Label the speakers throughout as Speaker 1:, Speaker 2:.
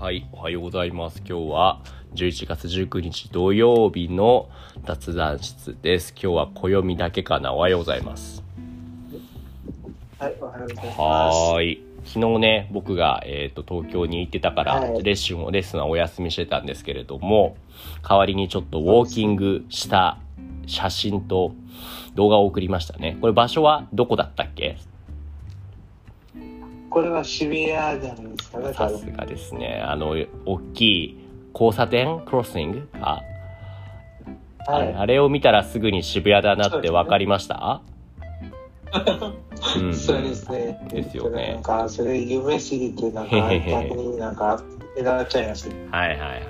Speaker 1: はい、おはようございます。今日は11月19日土曜日の雑談室です。今日は暦だけかな。おはようございます。
Speaker 2: はい、おはようございます。
Speaker 1: はーい。昨日ね、僕が、えー、と東京に行ってたから、
Speaker 2: はい
Speaker 1: レッスンをレッスンはお休みしてたんですけれども、代わりにちょっとウォーキングした写真と動画を送りましたね。これ場所はどこだったっけ
Speaker 2: これは渋谷じゃないですかね、多
Speaker 1: さす
Speaker 2: 分。
Speaker 1: がですね。あの、大きい交差点クロッシングああれ
Speaker 2: は
Speaker 1: あれを見たらすぐに渋谷だなって分かりましたう
Speaker 2: い。
Speaker 1: ん
Speaker 2: そうですね。
Speaker 1: ですよね
Speaker 2: なんか、それ夢すぎて、なんか、
Speaker 1: へへへ
Speaker 2: 逆になんか、狙っちゃいます。
Speaker 1: はいはいはいはい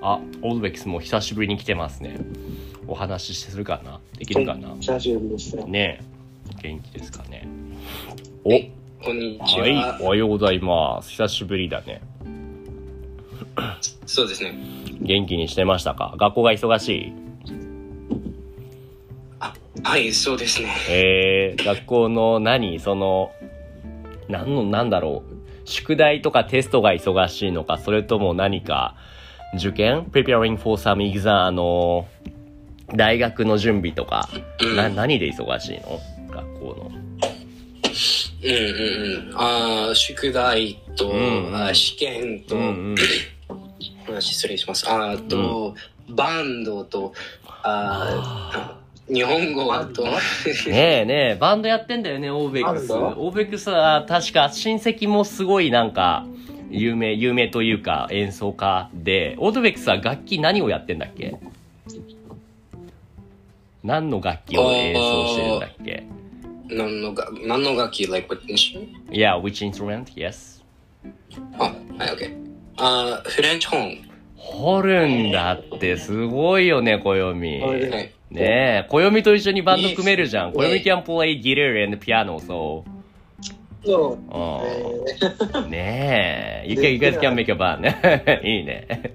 Speaker 1: あオルベックスも久しぶりに来てますねお話しするかなできるかな
Speaker 2: 久しぶりですね。
Speaker 1: ねえ元気ですかねお
Speaker 3: こんにちは。
Speaker 1: はいおはようございます久しぶりだね
Speaker 3: そうですね。
Speaker 1: 元気にしてましたか学校が忙しい
Speaker 3: はい、そうですね。
Speaker 1: えー、学校の何その何の何だろう宿題とかテストが忙しいのかそれとも何か受験 preparing for some exam あの大学の準備とか
Speaker 3: うん、
Speaker 1: な
Speaker 3: うん、
Speaker 1: 何で忙しいの学校
Speaker 3: うん、うん。あー宿題と、
Speaker 1: うん
Speaker 3: あー試験と、
Speaker 1: の、うんうん、
Speaker 3: あ失礼します。あーと、バンドと、あー日本語と、
Speaker 1: ねえねえバンドやってんだよねオーベックス
Speaker 2: バンド
Speaker 1: オーベックスは確か親戚もすごいなんか有名有名というか演奏家でオーベックスは楽器何をやってんだっけ何の楽器を演奏してるんだっけ
Speaker 3: 何のが、何の楽器、like, what instrument?
Speaker 1: Yeah, which instrument? Yes.
Speaker 3: あ、はい、OK。あーフレンチホーン。
Speaker 1: ホルンだってすごいよね、暦。
Speaker 2: ホルン
Speaker 3: はい。
Speaker 1: ねえ、暦と一緒にバンド組めるじゃん。
Speaker 3: いいです
Speaker 1: 暦 can play guitar and piano, so.
Speaker 2: そ
Speaker 1: う
Speaker 2: う。
Speaker 1: ん
Speaker 2: え
Speaker 1: ねえ、you
Speaker 2: で
Speaker 1: can, you guys can make a band. いいね。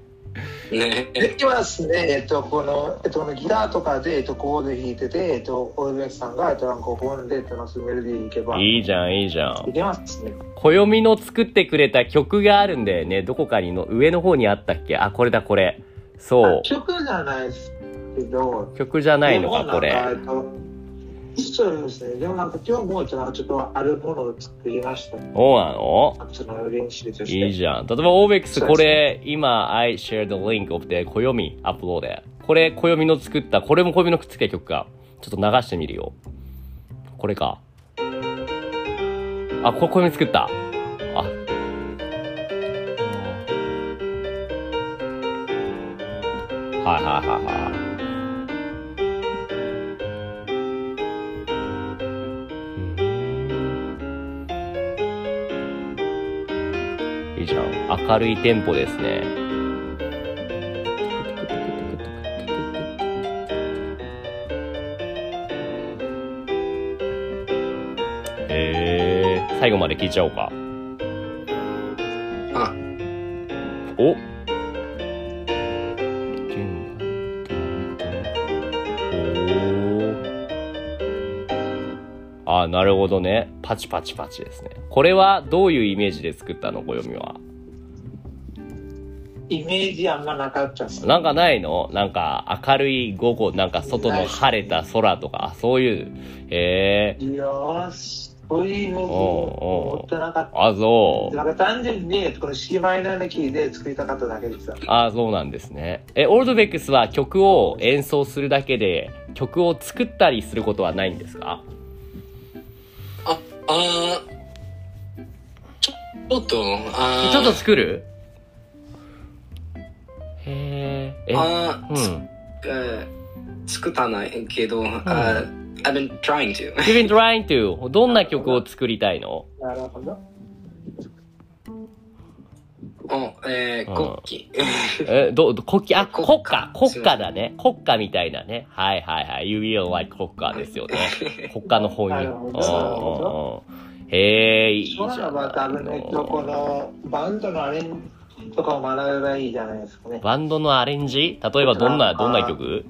Speaker 3: ね
Speaker 2: ー、できますね、えっと、この、えっと、このギターとかで、えっと、コード弾いてて、えっと、オールベックさんが、えっと、なんか、ボンで、えっと、のメロディーいけば、
Speaker 1: いいじゃん、いいじゃ
Speaker 2: い
Speaker 1: ん。
Speaker 2: けますね。
Speaker 1: 暦の作ってくれた曲があるんだよね。どこかにの、上の方にあったっけあ、これだ、これ。そう。
Speaker 2: 曲じゃないですけど、
Speaker 1: 曲じゃないの
Speaker 2: で
Speaker 1: か、こ
Speaker 2: もなんか
Speaker 1: れ。
Speaker 2: えっとそうですね。でもなんか今日もちょっとちょっとあるものを作りました。
Speaker 1: そうなの
Speaker 2: その練習として。
Speaker 1: いいじゃん。例えば、オーベックス、
Speaker 2: そうです
Speaker 1: これ、今、I shared the link of the 暦アップロードで。これ、暦の作った、これも暦のくっつけた曲か。ちょっと流してみるよ。これか。あ、これ暦作った。あ。はいはいはいはい。いいじゃん。明るいテンポですね。へえ。最後まで聞いちゃおうか。
Speaker 3: あ、
Speaker 1: おあなるほどねパチパチパチですねこれはどういうイメージで作ったの暦は
Speaker 2: イメージあんまなかったです。
Speaker 1: なんかないのなんか明るい午後なんか外の晴れた空とかあそういうへえ
Speaker 2: いやー、そういうイメージ持ってなかっ
Speaker 1: あそ
Speaker 2: た。
Speaker 1: う
Speaker 2: なんか単純にこの C マイナーのキーで作りたかっただけです。
Speaker 1: ああそうなんですねえオールドベックスは曲を演奏するだけで曲を作ったりすることはないんですか
Speaker 3: あ、あーちょっと、あー
Speaker 1: ちょっと、作るへえ。え、
Speaker 3: あー
Speaker 1: うん。You've
Speaker 3: えー作ったないけど、あー I've been trying to.
Speaker 1: been trying to. どんな曲を作りたいの
Speaker 2: なるほど。
Speaker 3: お、えー、国旗。
Speaker 1: え、ど、ど国旗、あ、
Speaker 3: 国
Speaker 1: 国歌
Speaker 3: 歌、
Speaker 1: 国歌だね。国歌みたいなね。はいはいはい。You will like 国歌ですよね。 国歌の方に。
Speaker 2: な
Speaker 1: う
Speaker 2: る
Speaker 1: ん
Speaker 2: ほ
Speaker 1: うん
Speaker 2: ど
Speaker 1: うん。へえ、いいじゃ
Speaker 2: そうならば多分ね、えっとこ
Speaker 1: ん。
Speaker 2: のバンドのアレンジとかを学べばいいじゃないですかね。
Speaker 1: バンドのアレンジ例えばどんな、
Speaker 2: あー
Speaker 1: どんな曲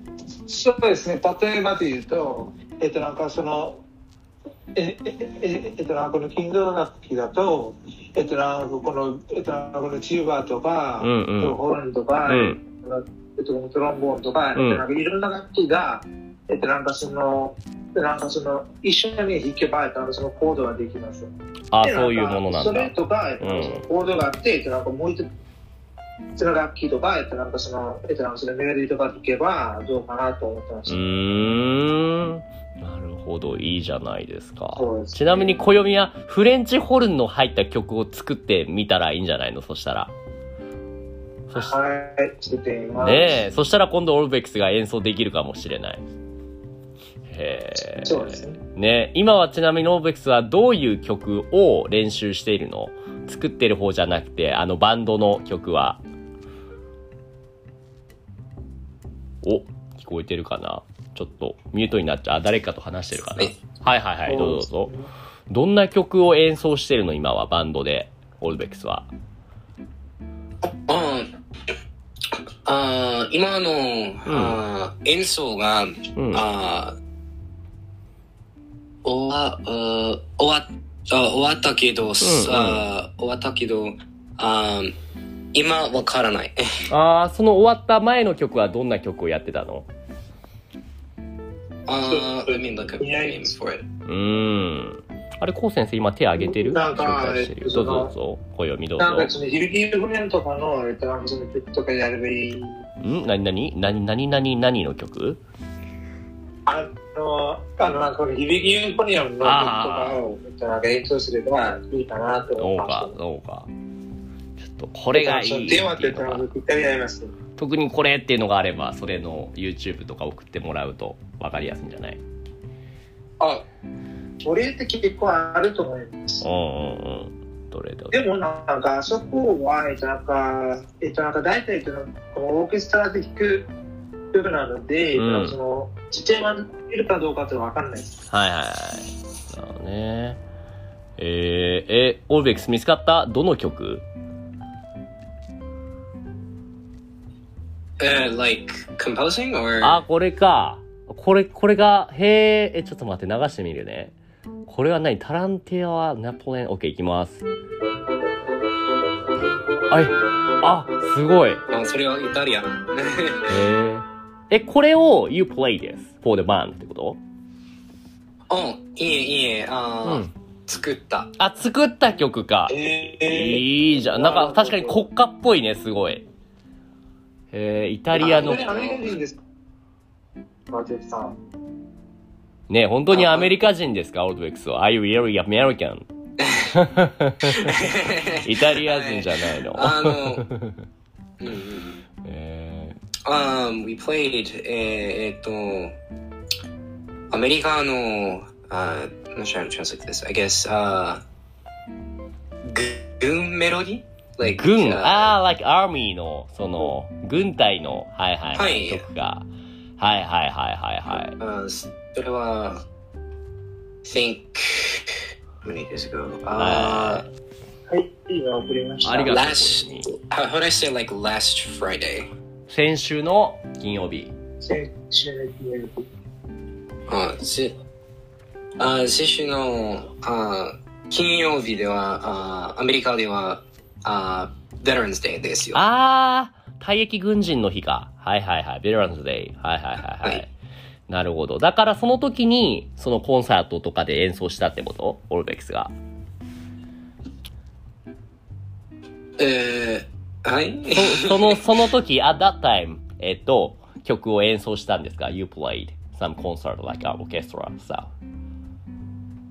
Speaker 2: そうですね、例えばというと、えっと、なんかその、ええええっとなんかこの近所の楽器だとえっとなんかこのえっとなんかこのチューバーとか、
Speaker 1: うんうん
Speaker 2: えっとホルンとか、
Speaker 1: うん。
Speaker 2: えっとトロンボーンとか,、
Speaker 1: うん
Speaker 2: なんかいろんな楽器がえっとなんかそのなんかその一緒に弾けばえっとなんかそのコードができます。
Speaker 1: あ、
Speaker 2: で
Speaker 1: そういうものな
Speaker 2: そ
Speaker 1: ん
Speaker 2: れ
Speaker 1: だ。
Speaker 2: とか、えっと
Speaker 1: うん
Speaker 2: コードがあって、えっとなんかもう一つの楽器とか、えっとなんかそのえっとなんかそのメロディーとか弾けばどうかなと思ってまし
Speaker 1: う
Speaker 2: た。
Speaker 1: ーん。なるほど、いいじゃないですか。
Speaker 2: そうですね
Speaker 1: ちなみに、暦はフレンチホルンの入った曲を作ってみたらいいんじゃないのそしたら。そし
Speaker 2: はい、作っています。
Speaker 1: ねえ、そしたら今度オルベックスが演奏できるかもしれない。へえ。
Speaker 2: そうですね。
Speaker 1: ね今はちなみにオルベックスはどういう曲を練習しているの作ってる方じゃなくて、あのバンドの曲は。お、聞こえてるかなちょっとミュートになっちゃう。あ誰かと話してるかな
Speaker 3: はい
Speaker 1: はいはいはい、どうぞどうぞ。どんな曲を演奏してるの今はバンドで、オルベックスは。
Speaker 3: あーあー今の、あー演奏が、
Speaker 1: うん。
Speaker 3: あー終わあー終わあ終わったけど、さ終わったけどあー今わからない。
Speaker 1: ああ、その終わった前の曲はどんな曲をやってたの
Speaker 3: あー let me look up the name for it.
Speaker 1: うーん。あれ、こう先生、今手挙げてる
Speaker 2: なんか
Speaker 1: 紹介してる
Speaker 2: え
Speaker 1: ど
Speaker 2: っと
Speaker 1: うぞどうぞ。暦どう
Speaker 2: なんか
Speaker 1: ぞ。
Speaker 2: そのヒルギルフレンとかの、えっとなんかその曲とかやればいい。
Speaker 1: ん何何何何何何の曲
Speaker 2: あの、あの、なんかこのヒルギルフレンの曲とかを、えっとなんか演奏すればいいかなと
Speaker 1: ど
Speaker 2: 思いうました
Speaker 1: か。、どうか。ちょっと、これがいいって
Speaker 2: 電話って
Speaker 1: い
Speaker 2: 言
Speaker 1: う
Speaker 2: った
Speaker 1: の
Speaker 2: ら
Speaker 1: が、
Speaker 2: 僕一回やります。
Speaker 1: 特にこれっていうのがあれば、それの YouTube とか送ってもらうと分かりやすいんじゃない
Speaker 2: あ、これって結構あると思います
Speaker 1: う。んうんうん。どれど
Speaker 2: で
Speaker 1: れ。
Speaker 2: もなんかあそこは、えっとなんか、えっとなんか大体えっとなんかこのオーケストラで弾く曲なので、えっとなんかその、ちっちゃいバンドいるかどうかってわかんないです。
Speaker 1: はいはいはい。なるほどね。えー、え、オルベックス見つかったどの曲
Speaker 3: Uh, like composing or
Speaker 1: あ、これか。これ、これが、へえ、え、ちょっと待って、流してみるね。これは何タランティア・ナポレオン。オッケー、いきます。はい。あ、すごい。へ
Speaker 3: あそれはイタリアン。
Speaker 1: え。え、これを You play this for the band ってこと
Speaker 3: うん、いえいえ、あー、
Speaker 1: うん
Speaker 3: 作った。
Speaker 1: あ、作った曲か。
Speaker 2: え
Speaker 1: いいじゃん。なんか確かに国歌っぽいね、すごい。へえ、イタリアの
Speaker 2: あ。アメリカ人です。マジェフさん。
Speaker 1: ね本当にアメリカ人ですかオールドウェックスは。Are you really American? イタリア人じゃないの。
Speaker 3: あ の、うんうん
Speaker 1: え
Speaker 3: um, we played, eh, えーえっと、アメリカの、あー uh, I'm not sure how to translate this, I guess, uh, あーぐ軍メロディ
Speaker 1: ー、
Speaker 3: like, uh,
Speaker 1: 軍、
Speaker 3: あ
Speaker 1: ああ、like army の、その、軍隊の、はいはい、
Speaker 3: はい
Speaker 1: 曲が。はいはいはいはいはい。
Speaker 3: ーそれは、think, how many years ago? Uh,
Speaker 1: は
Speaker 3: あー
Speaker 2: はい、今送りました。
Speaker 1: ありがとう
Speaker 3: last,
Speaker 1: こ
Speaker 3: how would I say like last Friday?
Speaker 1: 先週の金曜日。
Speaker 2: 先週の金曜日
Speaker 3: あしあ先週のあ金曜日ではあアメリカではあ uh, Veterans Day ですよ。
Speaker 1: ああ、退役軍人の日か。はいはいはい。ベテランズデイ。はいはいはいはい。
Speaker 3: はい
Speaker 1: なるほど。だからその時に、そのコンサートとかで演奏したってことオルベックスが。
Speaker 3: えー、はい
Speaker 1: そその、その時、at that time, えっと、曲を演奏したんですか ?You played some concert like an orchestra style.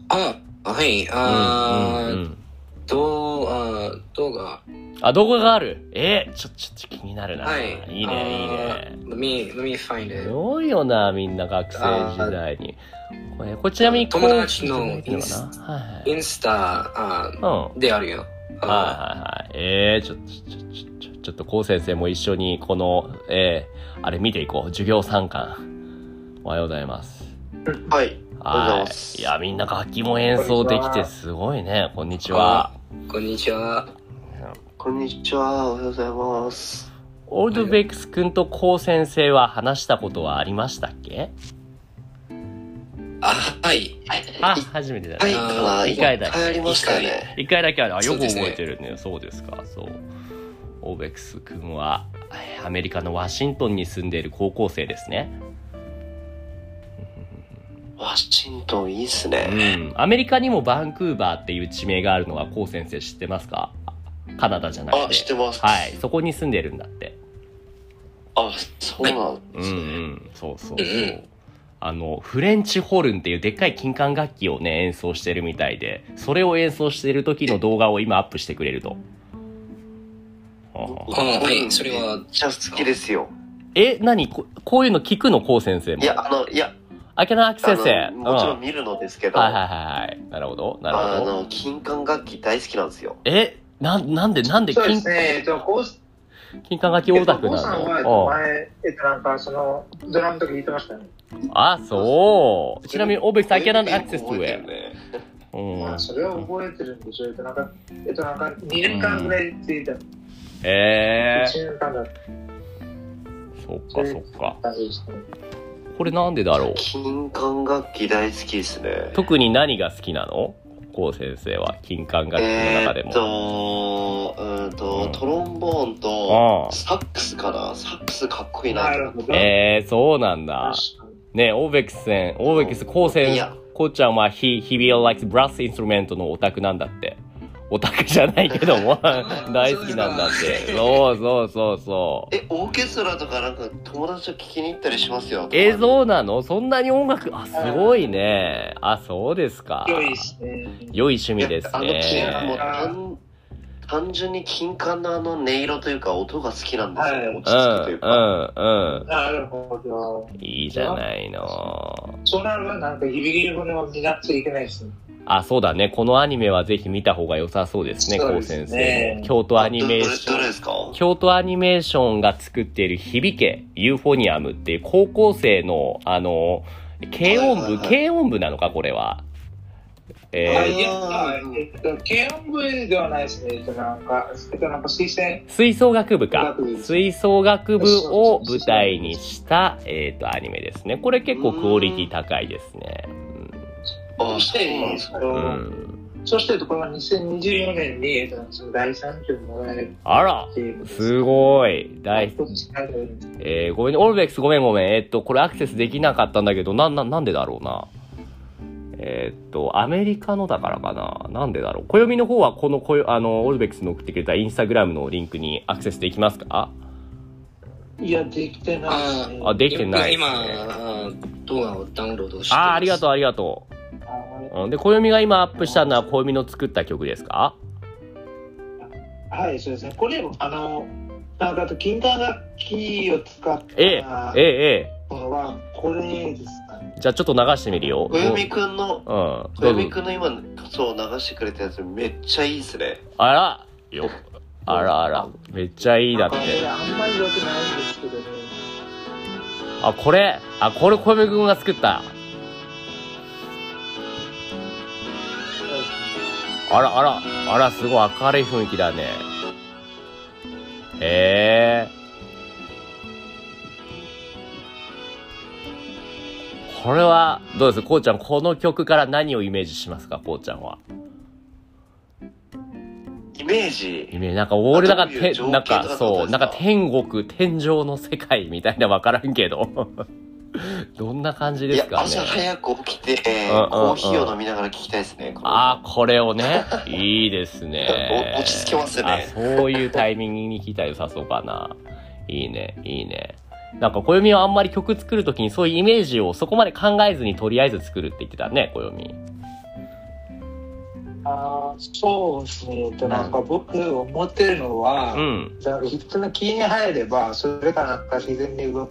Speaker 3: あはいあ、
Speaker 1: うんうんうん
Speaker 3: どうあ動画
Speaker 1: あ、動画があるえー、ちょ、ちょ、ちょ気になるな。
Speaker 3: はい
Speaker 1: いいね、いいね。
Speaker 3: Let me let me find it
Speaker 1: 多いよな、みんな学生時代に。これ、これちなみにこう、
Speaker 3: 友達の
Speaker 1: いいのかなはいはい。
Speaker 3: インスタあ
Speaker 1: うん。はい
Speaker 3: であるよ。あ
Speaker 1: はいはい。えー、ちょ、ちょ、ちょ、ちょ、ちょちょっと、こう先生も一緒に、この、えー、あれ見ていこう。授業参観。おはようございます。
Speaker 4: はい。
Speaker 1: は
Speaker 4: おはようございます
Speaker 1: い。いや、みんな楽器も演奏できてすごいね。こんにちは。
Speaker 3: こんにちは。
Speaker 4: こんにちは。おはようございます。
Speaker 1: オールドベックス君とコウ先生は話したことはありましたっけ
Speaker 3: あははい。
Speaker 1: あ、初めてだ
Speaker 4: はい、
Speaker 1: ね。
Speaker 4: は
Speaker 1: 一回だ
Speaker 4: い、帰りましたね。
Speaker 1: 一回だけある。あ、
Speaker 3: そ
Speaker 1: よ
Speaker 3: う
Speaker 1: く
Speaker 3: ですね
Speaker 1: 覚えてるね。そうですか。そう。オーベックス君は、えーアメリカのワシントンに住んでいる高校生ですね。
Speaker 4: ワシントンいいっす
Speaker 1: う
Speaker 4: ね。
Speaker 1: ん。アメリカにもバンクーバーっていう地名があるのは、こう先生知ってますかあカナダじゃな
Speaker 4: あ
Speaker 1: く、て。
Speaker 4: 知ってます。
Speaker 1: はい。。そこに住んでるんだって。
Speaker 4: あ、そうなん
Speaker 1: うん
Speaker 4: で
Speaker 1: う
Speaker 4: すね。
Speaker 1: ん。そうそうそ
Speaker 3: うんうん
Speaker 1: う。あの、フレンチホルンっていうでっかい金管楽器をね、演奏してるみたいで、それを演奏してる時の動画を今アップしてくれると。はあはあ
Speaker 3: あはい、それは
Speaker 4: めっ、ちゃ好きですよ。
Speaker 1: え、何ここういうの聞くのこう先生も。
Speaker 4: いや、あの、いや、
Speaker 1: あけなあき先生。
Speaker 4: あのもちろ
Speaker 1: うんん
Speaker 4: 見るのですけど、
Speaker 1: はいはいはいはい。なるほど。なる
Speaker 4: あ
Speaker 1: ほど。
Speaker 4: の、金管楽器大好きなんですよ。
Speaker 1: え、なん、なんで、なんで
Speaker 2: そうで
Speaker 1: 金
Speaker 2: す、ね、えっと、ゴース
Speaker 1: 金管楽器
Speaker 2: え
Speaker 1: オ
Speaker 2: っと
Speaker 1: タ
Speaker 2: ゴ
Speaker 1: ク
Speaker 2: ー
Speaker 1: な
Speaker 2: さんは、え
Speaker 1: の
Speaker 2: っと、
Speaker 1: うん
Speaker 2: 前、えっと、なんか、その、ドラムとか弾いてましたね。
Speaker 1: あ、そう。ちなみに、オーベックス、あけなアクセスと
Speaker 4: 覚えて
Speaker 1: へ
Speaker 4: る。ね
Speaker 1: うん
Speaker 2: まあ、。それは覚えてるんでしょう。えっと、なんか、えっと、なんか、2年間ぐらいついた、1
Speaker 1: え
Speaker 2: 年間だっ
Speaker 1: ー。そっかそっか。
Speaker 2: たんですけど、
Speaker 1: これなんでだろう
Speaker 4: 金管楽器大好きですね。
Speaker 1: 特に何が好きなのこう先生は、金管楽器の中で
Speaker 4: えー
Speaker 1: も。
Speaker 4: っと、うーん
Speaker 1: う
Speaker 4: と
Speaker 1: ん、
Speaker 4: トロンボーン
Speaker 1: う
Speaker 4: と
Speaker 1: ん、
Speaker 4: サックスかなサックスかっこいいな
Speaker 2: な
Speaker 4: と
Speaker 2: る
Speaker 4: 思って。
Speaker 2: ほど。
Speaker 1: えー、そうなんだ。
Speaker 2: 確かに
Speaker 1: ねオーベックス戦、オーベックス、こうせ
Speaker 4: い
Speaker 1: ん
Speaker 4: や、
Speaker 1: こうちゃんは、ひ、ひびを likes brass instrument のオタクなんだって。オタクじゃないけども、大好きなんだって。そうそうそうそう。
Speaker 4: え、オーケストラとかなんか友達と聞きに行ったりしますよ。
Speaker 1: え、そうなのそんなに音楽、あ、すごいね。あ、そうですか。
Speaker 2: 良いですね。
Speaker 1: 良い趣味です
Speaker 4: いやあの金管もう
Speaker 1: ね。
Speaker 4: 単単純に金管のあの音色というか音が好きなんですよね、
Speaker 2: はい
Speaker 4: 落
Speaker 1: う
Speaker 4: ち着くとい
Speaker 1: ん
Speaker 4: う、か。
Speaker 1: うん、う
Speaker 2: なるほど。
Speaker 1: ん。いいじゃないの。
Speaker 2: そうなると、なんか、響きのもになっちゃいけないですね。
Speaker 1: あ、そうだね。このアニメはぜひ見た方が良さそうですね、こ
Speaker 2: そう
Speaker 1: う
Speaker 2: です
Speaker 1: 先
Speaker 2: ね
Speaker 1: 生も。京都アニメーション。
Speaker 4: どれどれですか
Speaker 1: 京都アニメーションが作っている響けユーフォニアムっていう高校生の、あの、軽音
Speaker 4: はいはい
Speaker 1: 部、
Speaker 4: はい
Speaker 1: 軽音部なのか、これは。
Speaker 2: あ
Speaker 1: え
Speaker 2: いや、えっと、軽音部ではないですね。えっと、なんか、えっと、なんか、推薦。
Speaker 1: ー、吹奏楽部か
Speaker 2: 楽部。です
Speaker 1: 吹奏楽部を舞台にした、えっ、と、アニメですね。これ結構クオリティ高いですね。
Speaker 4: あ、そうなんですか。
Speaker 1: う
Speaker 2: うん
Speaker 1: ん。
Speaker 2: そして、これは2024年に、えっと、その第3期をもらえる
Speaker 1: あら
Speaker 2: っていう。
Speaker 1: すごい。大、
Speaker 2: どっちかで
Speaker 1: えー、ごめんね。オルベックスごめんごめん。えっと、これアクセスできなかったんだけど、なん、なん、なんでだろうな。えーっと、アメリカのだからかな。なんでだろう。暦の方は、この、こよあの、オルベックスの送ってくれたインスタグラムのリンクにアクセスできますか
Speaker 2: いや、できてないですね。
Speaker 1: あ、できてないです、ね。
Speaker 3: 今、あ動画をダウンロードして。
Speaker 1: あー、ありがと
Speaker 3: う。
Speaker 1: う、ありがと
Speaker 2: あ
Speaker 1: う。うん、で、暦が今アップしたのは、暦の作った曲ですか
Speaker 2: はい、そうですね。これ、あの、なんかあと、金管楽器を使っ
Speaker 1: ええ
Speaker 2: た、
Speaker 1: ええ、
Speaker 2: ものは、これですかね。
Speaker 1: ええ。じゃあ、ちょっと流してみるよ。
Speaker 4: 小泉くんの、
Speaker 1: うん。
Speaker 4: 小
Speaker 1: どう
Speaker 4: 泉
Speaker 1: ぞ。
Speaker 4: くんの今、そう流してくれたやつめっちゃいいですね。
Speaker 1: あら、よ。あらあら。めっちゃいいだって
Speaker 2: こ。れあんまり良くないんですけどね。
Speaker 1: あ、これ、あ、これ小泉くんが作った。あらあら、あら、すごい明るい雰囲気だね。へえ。これは、どうですこうちゃん、この曲から何をイメージしますかこうちゃんは。
Speaker 4: イメージ
Speaker 1: イメージ、なんか、俺なんか、
Speaker 4: どういう
Speaker 1: て
Speaker 4: 情景
Speaker 1: なん
Speaker 4: と
Speaker 1: か
Speaker 4: か、
Speaker 1: そう、
Speaker 4: ってことです
Speaker 1: な
Speaker 4: か
Speaker 1: んか天国、天上の世界みたいなわからんけど。 どんな感じ
Speaker 4: い
Speaker 1: です
Speaker 4: や、
Speaker 1: かね。
Speaker 4: 朝早く起きて、
Speaker 1: うんうん
Speaker 4: コーヒーを飲みながら聞きたいですね。この
Speaker 1: ああ、これを ね。いいですね。
Speaker 4: お落ち着きますね
Speaker 1: あそういうタイミングに聞いたら良さそうかな。いいね、いいね。なんか、暦はあんまり曲作るときにそういうイメージをそこまで考えずにとりあえず作るって言ってたね、暦。
Speaker 2: あーそうですね。えっと、なんか僕思ってるのは、
Speaker 1: うん。
Speaker 2: なんか普通の気に入れば、それがなんか自然に動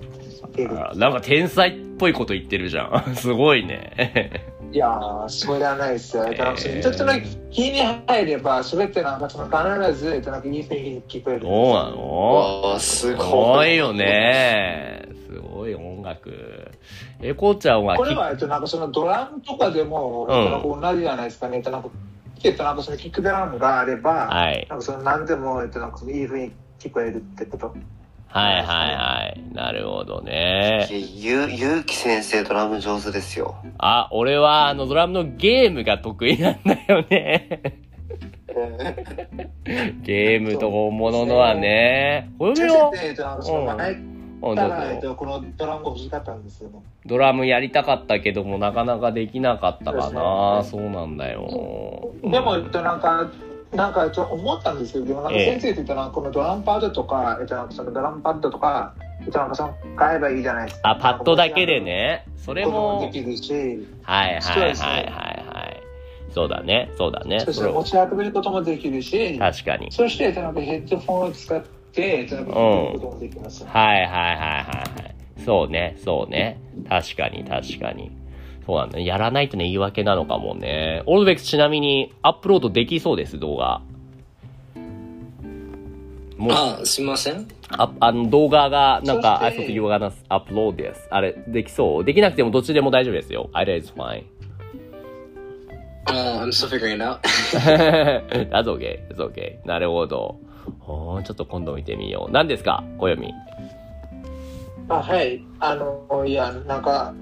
Speaker 2: ける。
Speaker 1: あなんか天才っぽいこと言ってるじゃん。 すごいね。
Speaker 2: いやー、それはないですよ。えっとなんか
Speaker 1: えー
Speaker 2: ちょっとなんか気に入れば、それってなんかその必ず、えっと、なんかいい雰囲気に聞こえる。
Speaker 1: どうなの
Speaker 4: わあ、す
Speaker 1: す
Speaker 4: ご
Speaker 1: ご
Speaker 4: い。
Speaker 1: いよ。ね。すごい音楽。えこちゃんは
Speaker 2: これ
Speaker 1: き
Speaker 2: は、えっと、なんかそのドラムとかで
Speaker 1: う
Speaker 2: も、
Speaker 1: ん
Speaker 2: なんか同じじゃないですかね。えっと、なんか、えっと、なんかそのキックドラムがあれば、
Speaker 1: はい。
Speaker 2: なんかその何でも、えっと、なんかそのいい雰囲気聞こえるってこと。
Speaker 1: はいはいはい。なるほどね。
Speaker 4: ゆゆうき先生ドラム上手ですよ。
Speaker 1: あ、俺はあのドラムのゲームが得意なんだよ ね。ゲームと本物のはね。これを
Speaker 2: 中、先生とあのその前
Speaker 1: うんど
Speaker 2: か
Speaker 1: う
Speaker 2: ら、えっ
Speaker 1: ぞ
Speaker 2: と、このドラムが欲しかったんですよね。
Speaker 1: ドラムやりたかったけども、なかなかできなかったかな。
Speaker 2: そ
Speaker 1: そうなんだよ。
Speaker 2: でも、えっと、なんか、なんか、ちょっと思ったんですけど、でもなんか
Speaker 1: ええ
Speaker 2: 先生って言ったら、このドラムパッドとか、えっと、なんかそのドラムパッドとか、えっと、なんかその、買えばいいじゃないですか。
Speaker 1: あ、パッドだけで。ね。そ
Speaker 2: で
Speaker 1: れ
Speaker 2: もで
Speaker 1: も、
Speaker 2: きるし、
Speaker 1: はいはいはいはいはい。そうだね、そうだね。
Speaker 2: そし
Speaker 1: そ
Speaker 2: て
Speaker 1: れ
Speaker 2: 持ち運べることもできるし、
Speaker 1: 確かに。
Speaker 2: そして、えっと、なんかヘッドフォンを使って、えっと、なんか聞くこともできます。
Speaker 1: はいはいはいはいはい。そうね、そうね。確かに確かに。そうなんだね。やらないとね、言い訳なのかもね。オルベックスちなみにアップロードできそうです、動画。もう、
Speaker 3: あ、すいません。
Speaker 1: ああの動画が、なんか、あ、
Speaker 2: そ
Speaker 1: そ
Speaker 2: し
Speaker 1: う
Speaker 2: て
Speaker 1: そう、動画がアップロードです。あれ、できそうできなくてもどっちでも大丈夫ですよ。あれ is fine.
Speaker 3: Uh, I'm still figuring it out.
Speaker 1: That's okay. That's okay. なるほど。おーちょっと今度見てみよう。何ですか暦。
Speaker 2: あはい、あの、いや、なんか、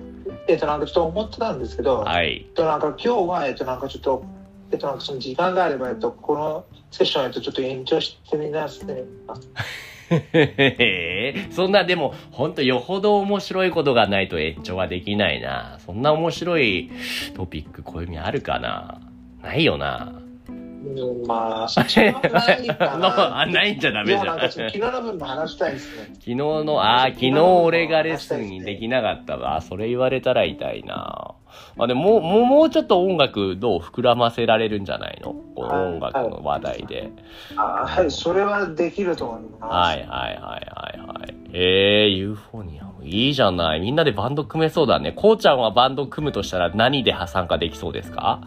Speaker 2: えっと、なんかちょっと思ってたんですけど、
Speaker 1: はい
Speaker 2: えっ。と、なんか今日は、えっと、なんかちょっと、えっと、なんかその時間があれば、えっと、このセッション、えっと、ちょっと延長してみますね。
Speaker 1: へへへ そんなでもほんとよほど面白いことがないと延長はできないなそんな面白いトピックこういう意味あるかなないよな
Speaker 2: うん、まあ、そっちはない か
Speaker 1: あ
Speaker 2: な。
Speaker 1: ないんじゃダメ
Speaker 2: い
Speaker 1: じ
Speaker 2: や、
Speaker 1: ゃ
Speaker 2: なん
Speaker 1: ん
Speaker 2: か
Speaker 1: 昨
Speaker 2: ちょっと昨日の分も話したいですね。
Speaker 1: 日のああ昨日俺がレッスンにできなかったわそれ言われたら痛いなあでももうもうちょっと音楽どう膨らませられるんじゃないのこの音楽の話題で
Speaker 2: あはい、それはできると思いま
Speaker 1: は
Speaker 2: す。
Speaker 1: いはいはいはいはい。えー、ユーフォニアム。いいじゃない。みんなでバンド組めそうだね。こうちゃんはバンド組むとしたら何で参加できそうですか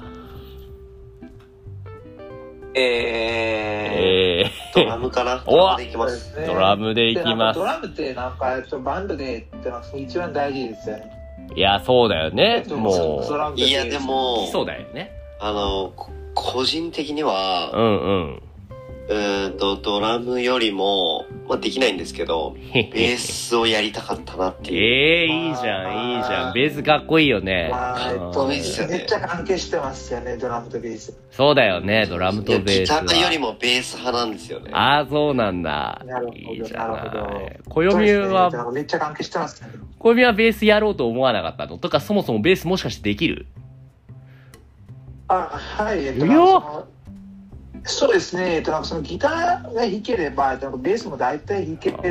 Speaker 3: えー、
Speaker 1: え
Speaker 4: ドラムかな
Speaker 1: お
Speaker 4: ドラムでいき
Speaker 2: そ
Speaker 4: ま。
Speaker 2: うですす
Speaker 1: ー、
Speaker 2: ね。
Speaker 1: ドラムでい
Speaker 2: で
Speaker 1: き
Speaker 2: なんか
Speaker 1: ます
Speaker 2: ド。ラムってなんか、えっと、バンドでってなんか一番大事ですよね。
Speaker 1: いや、そうだよね。も
Speaker 2: ド
Speaker 1: う。
Speaker 2: ラムって
Speaker 4: いや、で、も、
Speaker 1: そうだよね。
Speaker 4: あの、こ個人的に
Speaker 1: う
Speaker 4: は、
Speaker 1: んうん。
Speaker 4: うーんと、ドラムよりも、まあ、できないんですけど、ベースをやりたかったなってい
Speaker 1: え
Speaker 4: う。
Speaker 1: ー、いいじゃん、いいじゃん。ベースかっこいいよね。
Speaker 2: まあえっ
Speaker 4: と
Speaker 1: うん
Speaker 4: いいっすよ
Speaker 2: めっちゃ関係してますよね、ドラムとベース。
Speaker 1: そうだよね、ドラム
Speaker 4: いや
Speaker 1: とベー
Speaker 4: ギ
Speaker 1: ス
Speaker 4: タ
Speaker 1: は。
Speaker 4: ーよりもベース派なんですよね。
Speaker 1: ああ、そうなんだ
Speaker 2: なるほ。ど
Speaker 1: いいじゃ
Speaker 2: な
Speaker 1: な
Speaker 2: る
Speaker 1: い。暦は
Speaker 2: なんかめっちゃ関係してますね。
Speaker 1: 小指はベースやろうと思わなかったのとか、そもそもベースもしかしてできる
Speaker 2: あ、はい、えっと、
Speaker 1: い
Speaker 2: な
Speaker 1: や
Speaker 2: んかそのそうですね、えっと、なんかそのギターが弾ければ、えっとなんかベースも大体弾けるんです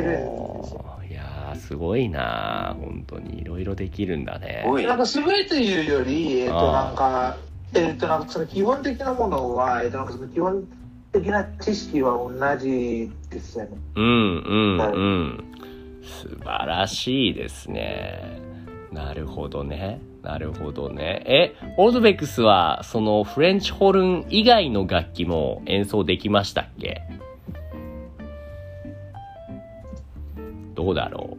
Speaker 2: よ。
Speaker 1: いやー、すごいなー。本当にいろいろできるんだね
Speaker 4: す。ごい
Speaker 2: なんかすごいというより、えっと、
Speaker 1: あー
Speaker 2: なんか、えっと、なんかその基本的なものは、えっと、なんかその基本的な知識は同じですよね。
Speaker 1: うんうんうん。素晴らしいですね。なるほどね。なるほどね。え、オールドベックスは、そのフレンチホルン以外の楽器も演奏できましたっけどうだろ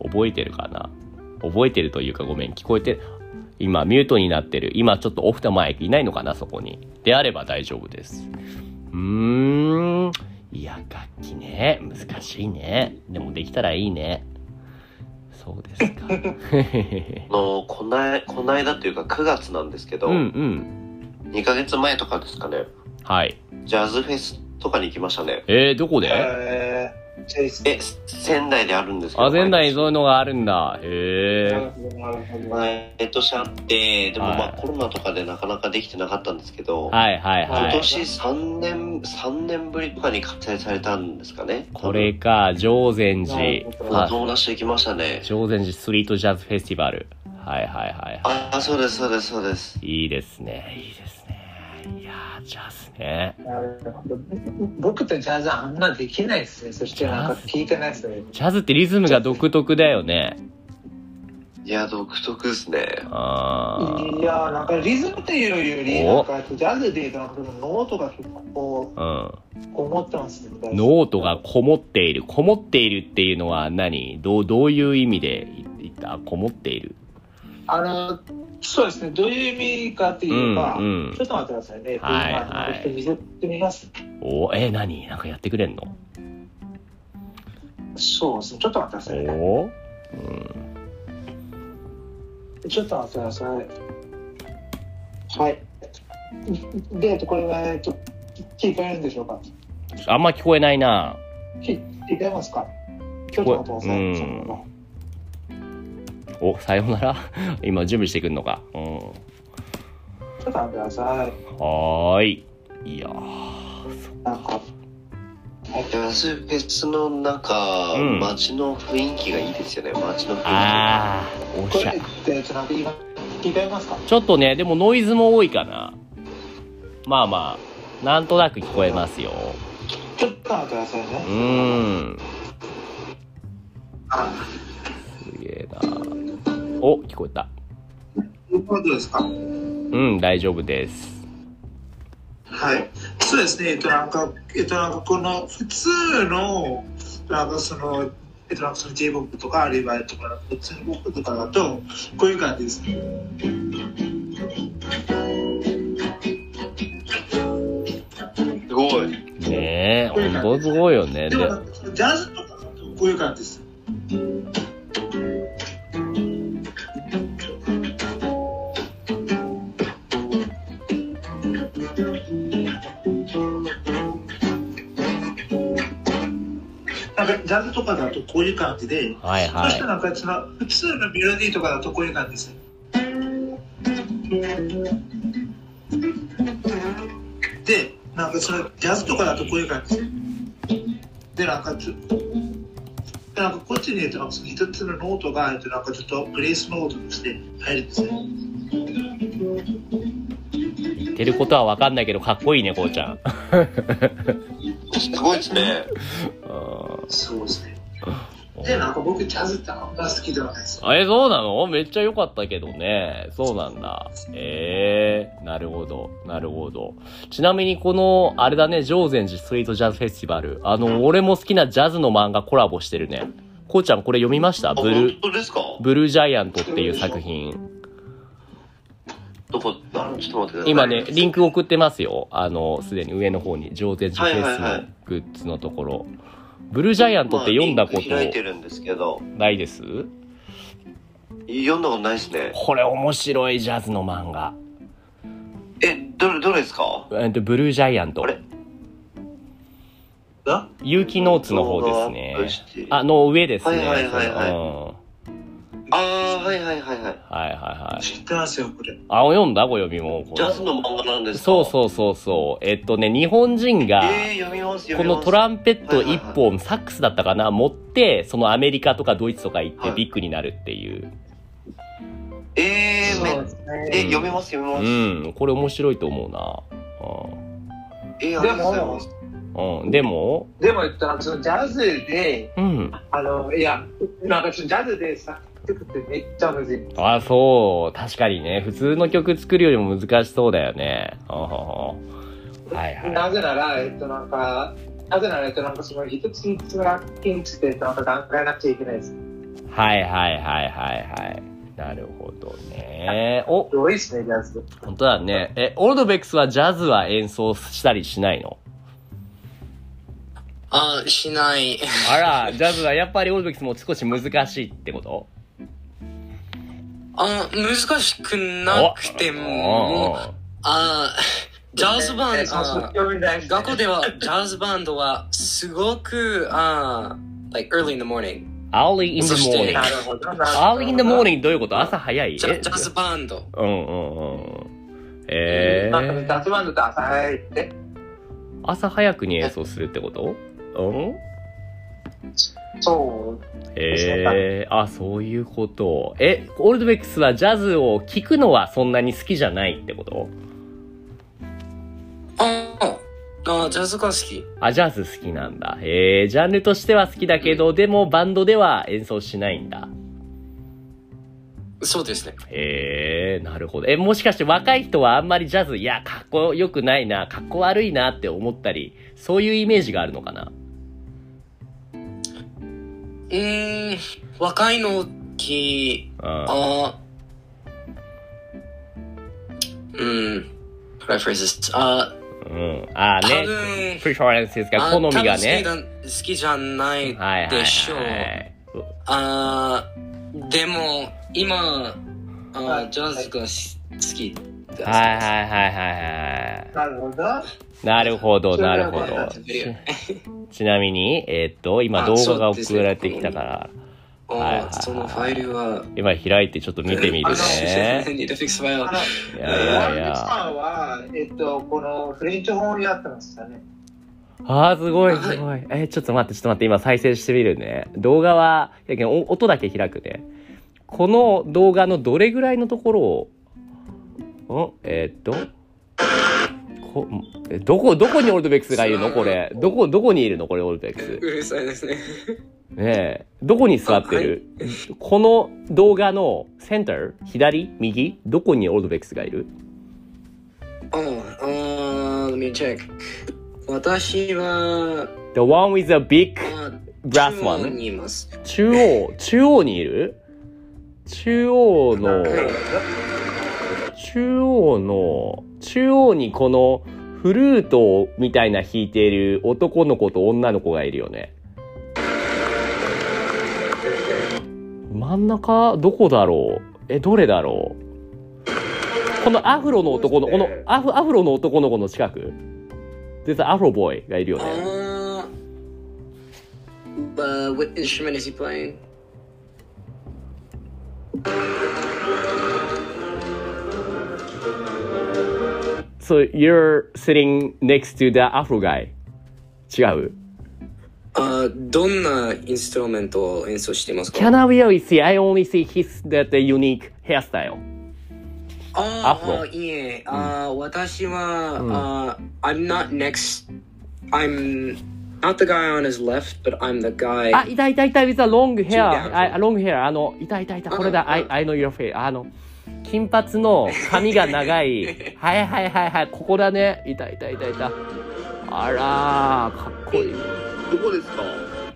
Speaker 1: う覚えてるかな覚えてるというかごめん、聞こえて、今ミュートになってる。今ちょっとオフタマイクいないのかなそこに。であれば大丈夫です。うーん。いや、楽器ね。難しいね。でもできたらいいね。 そうですか。
Speaker 4: あの、こない、こないだというか9月なんですけど、
Speaker 1: うんうん。
Speaker 4: 2ヶ月前とかですかね、
Speaker 1: はい。
Speaker 4: ジャズフェスとかに行きましたね。
Speaker 1: えー、どこで
Speaker 2: えー、チェイス
Speaker 4: え、仙台であるんですけど。
Speaker 1: あ、前代そういうのがあるんだ。へ
Speaker 2: な
Speaker 1: え。
Speaker 2: るほどなるほど
Speaker 4: 毎年あって、でも
Speaker 1: はい
Speaker 4: まあコロナとかでなかなかできてなかったんですけど、
Speaker 1: はいはい
Speaker 4: 今
Speaker 1: はい。
Speaker 4: 年3年、3年ぶりとかに開催されたんですかね。
Speaker 1: これか、常禅寺。
Speaker 4: あ。
Speaker 1: は
Speaker 4: 友達と行きましたね
Speaker 1: い。常禅寺ストリートジャズフェスティバル。はいはいはいはい。
Speaker 4: あ、そうです、そうです、そうです。
Speaker 1: いいですね。いいですね。いやー、ジャズね。
Speaker 2: なるほど僕とジャズはあんなできないですね。そしてなんか聞いてないですね。
Speaker 1: ジャズってリズムが独特だよね。
Speaker 4: いや、独特ですね。
Speaker 1: あー。
Speaker 2: いやーなんかリズムっていうより、な
Speaker 1: お
Speaker 2: んかジャズで言うとなんかノートが結構
Speaker 1: うん。
Speaker 2: こもってますね。
Speaker 1: ノートがこもっている。こもっているっていうのは何どう、どういう意味で言ったこもっている。
Speaker 2: あの、そうですね、どういう意味かっていうか、
Speaker 1: うんうん
Speaker 2: ちょっと待ってくださいね。
Speaker 1: はい
Speaker 2: 今
Speaker 1: はい
Speaker 2: ちょっと見せてみます。
Speaker 1: おえー、何なんかやってくれんの
Speaker 2: そうですね。ちょっと待ってくださいね。
Speaker 1: おーうん
Speaker 2: ちょっと待ってください。はい。で、えっとこれは、えっと、聞かれるんでしょうか
Speaker 1: あんま聞こえないな。
Speaker 2: 聞聞かれますかちょっと待ってくださ
Speaker 1: うん
Speaker 2: い。そのまま
Speaker 1: お、さようなら。 今準備してくんのか。うん。
Speaker 2: ちょっと待ってください。
Speaker 1: はーい。いやー、そ
Speaker 2: なんか、
Speaker 4: でもそういうフェスの中、
Speaker 1: うん
Speaker 4: 街の雰囲気がいいですよね街の雰囲気が
Speaker 1: あー、お
Speaker 2: こ
Speaker 1: し
Speaker 2: れ
Speaker 1: ゃ
Speaker 2: っ。て、えっとなんか今、聞かれますか
Speaker 1: ちょっとね、でもノイズも多いかな。まあまあ、なんとなく聞こえますよ。
Speaker 2: ちょっと待ってくださいね
Speaker 1: う。ーん。
Speaker 2: あ、
Speaker 1: すげえな。お、聞こえた。
Speaker 2: どうですか
Speaker 1: うん、大丈夫です。
Speaker 2: はい、そうですね、えっと、なんか、えっと、なんか、この普通の、なんか、その。えっと、なんか、その J-POP とか、あるいは、えっと、普通のポップとかだと、こういう感じですね。
Speaker 4: すごい
Speaker 1: ねえ、ほんとすごいよね。
Speaker 2: で
Speaker 1: で
Speaker 2: も、なんかそのジャズとかだと、こういう感じです。なんか、ジャズとかだと、こういう感じで。
Speaker 1: はいは
Speaker 2: そし
Speaker 1: い。
Speaker 2: てなんかその普通のメロディーとかだとこういう感じです。で、なんかそのジャズとかだとこういう感じです。で、なんかちょでなんかこっちに言うとなんかその一つのノートがえっとなんかちょっとグレースノートとして入るんですね。
Speaker 1: 言ってることはわかんないけど、かっこいいね、こうち ゃん。
Speaker 4: すごいですね
Speaker 1: うん
Speaker 2: そうですね。で、なんか僕ジャズってあんま好きではないです。
Speaker 1: え、そうなのめっちゃ良かったけどね。そうなんだ。ええなるほど。なるほど。ちなみにこの、あれだね、常禅寺スイートジャズフェスティバル。あの、俺も好きなジャズの漫画コラボしてるね。こうちゃんこれ読みました
Speaker 4: あ
Speaker 1: ブル
Speaker 4: 本
Speaker 1: ー、
Speaker 4: 当ですか
Speaker 1: ブルージャイアントっていう作品。
Speaker 4: どこあのちょっと待ってください
Speaker 1: 今ね、リンク送ってますよ。あの、すでに上の方に、常禅寺フェス
Speaker 4: はいはいは
Speaker 1: の
Speaker 4: い
Speaker 1: グッズのところ。ブルージャイアントって読んだこ
Speaker 4: まあリンク開いて
Speaker 1: と
Speaker 4: るんですけど
Speaker 1: ないです
Speaker 4: 読んだことないですね
Speaker 1: これ面白いジャズの漫画。
Speaker 4: えどれどれですか
Speaker 1: えっと、ブルージャイアント
Speaker 4: あ。れ
Speaker 2: あ
Speaker 1: 有機ノーツの方です
Speaker 4: 動画アップ
Speaker 1: ね。
Speaker 4: して
Speaker 1: あの上ですね。
Speaker 4: はいはいはいはい
Speaker 1: その
Speaker 4: あーはいはいはいはい
Speaker 1: うんはいはいはい。
Speaker 2: 知ってますよ、これ。
Speaker 1: あ、読んだご読みも。こ
Speaker 4: ジャズの漫画なんで
Speaker 1: れ
Speaker 4: すか
Speaker 1: そう
Speaker 4: う
Speaker 1: そうそうそう。えっとね、日本人が、
Speaker 4: えー、読みます読
Speaker 1: こ
Speaker 4: みます
Speaker 1: のトランペット
Speaker 4: はいはい
Speaker 1: 一
Speaker 4: はい
Speaker 1: 本、サックスだったかな、持って、そのアメリカとかドイツとか行って
Speaker 4: はい
Speaker 1: ビッグになるっていう。
Speaker 4: えー、め
Speaker 2: すね
Speaker 4: え読みます読みます、
Speaker 1: うん、これ面白いと思う
Speaker 4: えー、ありがとうございます
Speaker 1: な。うん。うん、でも、
Speaker 2: でも、えっと、そのジャズで、
Speaker 1: うん。
Speaker 2: あの、いや、なんかちょっとジャズで作曲ってめっちゃむずい。
Speaker 1: あ、そう。確かにね。普通の曲作るよりも難しそうだよね。あはははいはい。
Speaker 2: なぜなら、えっと、なんか、なぜなら、えっと、なんかその一つ一つのランキングして、えっと、なんか考えなくちゃいけないです。
Speaker 1: はいはいはいはいはい。なるほどね。お、
Speaker 2: 多いですね、ジャズ。
Speaker 1: 本当だね。え、オルドベックスはジャズは演奏したりしないの
Speaker 3: あ、しない。
Speaker 1: あら、ジャズはやっぱりオルドベックスも少し難しいってこと
Speaker 3: あ、難しくなくても、もう、あ、ジャズバン
Speaker 2: えその
Speaker 3: ド、
Speaker 2: 興味ない
Speaker 3: あ
Speaker 2: ですね
Speaker 3: 学校ではジャズバンドはすごく、あ、like early in the morning。
Speaker 1: アーリー・イン・ザ・
Speaker 3: そ
Speaker 1: モー
Speaker 3: し
Speaker 1: ニン
Speaker 3: て
Speaker 1: グ
Speaker 2: な。るほど。
Speaker 1: アーリー・イン・ザ・モー
Speaker 2: ニ
Speaker 1: ニングどういうこと朝早い
Speaker 3: ジ
Speaker 1: え
Speaker 3: ャジャズバンド。
Speaker 1: うんうんうん。え
Speaker 2: なんかジ
Speaker 1: ー、
Speaker 2: ャズバンドと朝早いって。
Speaker 1: 朝早くに演奏するってことうん
Speaker 2: そう。
Speaker 1: えー、あ、そういうこと。え、オルドベックスはジャズを聴くのはそんなに好きじゃないってこと
Speaker 3: あ、あジャズが好き。
Speaker 1: あ、ジャズ好きなんだ。へえ、ジャンルとしては好きだけど、でもバンドでは演奏しないんだ。
Speaker 3: そうですね。
Speaker 1: へえ、なるほど。え、もしかして若い人はあんまりジャズ、いや、かっこよくないな、かっこ悪いなって思ったり、そういうイメージがあるのかな
Speaker 3: うーん、若いのき、
Speaker 1: うん。
Speaker 3: あ、うん、how do I phrase this? あ、
Speaker 1: うん。ああ
Speaker 3: 多
Speaker 1: ね
Speaker 3: 分、
Speaker 1: preferences が好みがね。
Speaker 3: あ多分好きだ好きじゃない
Speaker 1: はいはいはい。
Speaker 3: でしょう。あーでも、今、あージャズがし好きだ。
Speaker 1: はいはいはいはいはい。
Speaker 2: なるほど。
Speaker 1: なるほど、
Speaker 2: それ
Speaker 1: な
Speaker 2: は
Speaker 1: るほ
Speaker 2: ま
Speaker 1: ど
Speaker 2: あ。
Speaker 1: ちなみに、えーっと、今
Speaker 3: あ
Speaker 1: 動画が
Speaker 3: そうです
Speaker 1: 送
Speaker 3: ね
Speaker 1: られてきたから、
Speaker 3: あー
Speaker 1: はいはいはい
Speaker 3: そのファイルは、
Speaker 1: 今開いてちょっと見てみるね。
Speaker 3: ネットフィックスファイル
Speaker 2: あ。の、
Speaker 1: い
Speaker 2: え
Speaker 1: やいやい
Speaker 2: ーワンピ
Speaker 1: や。
Speaker 2: さんは、えっと、このフレンチ本になってましたね。
Speaker 1: ああ、すごい、
Speaker 3: はい
Speaker 1: すごい。えー、ちょっと待って、ちょっと待って、今再生してみるね。動画は、だけどお音だけ開くね。この動画のどれぐらいのところを、んえーっと、こえどこ、どこにオルドベックスがいるのこれ。どこ、どこにいるのこれ、オルドベックス。
Speaker 3: うるさいですね。
Speaker 1: ねえ、どこに座ってる、この動画のセンター左右どこにオルドベックスがいる
Speaker 3: あーあー、let me check。私は、
Speaker 1: ?The one with the big
Speaker 3: あー
Speaker 1: brass
Speaker 3: 中央
Speaker 1: one?
Speaker 3: にいます。
Speaker 1: 中央、中央にいる中央の、中央の、中央にこのフルートみたいな弾いている男の子と女の子がいるよね。真ん中どこだろうえ、どれだろうこのアフロの男の、このアフアフロの男の子の近くでさ、アフロボーイがいるよ
Speaker 3: あ
Speaker 1: ね。
Speaker 3: あー、uh, what instrument is he playing?
Speaker 1: そう you're sitting next to the Afro guy. 違う
Speaker 3: あーどんなインストゥルメントを演奏していますか
Speaker 1: Can I really see? I only see his that the unique hairstyle.
Speaker 3: あー
Speaker 1: Afro
Speaker 3: あーいいえ、あー私は、
Speaker 1: うん
Speaker 3: あー uh, I'm not next I'm not the guy on his left but I'm the guy uh,
Speaker 1: あ、いたいたいた、with a long
Speaker 3: 違う
Speaker 1: hair. あ、long hair. あの、いたいたいた、これだ。
Speaker 3: うん
Speaker 1: I, I know your face. あの、金髪の髪が長 い。はいはいはいはい、ここだね。いたいたいたいた。あらー、かっこいい。
Speaker 4: どこですか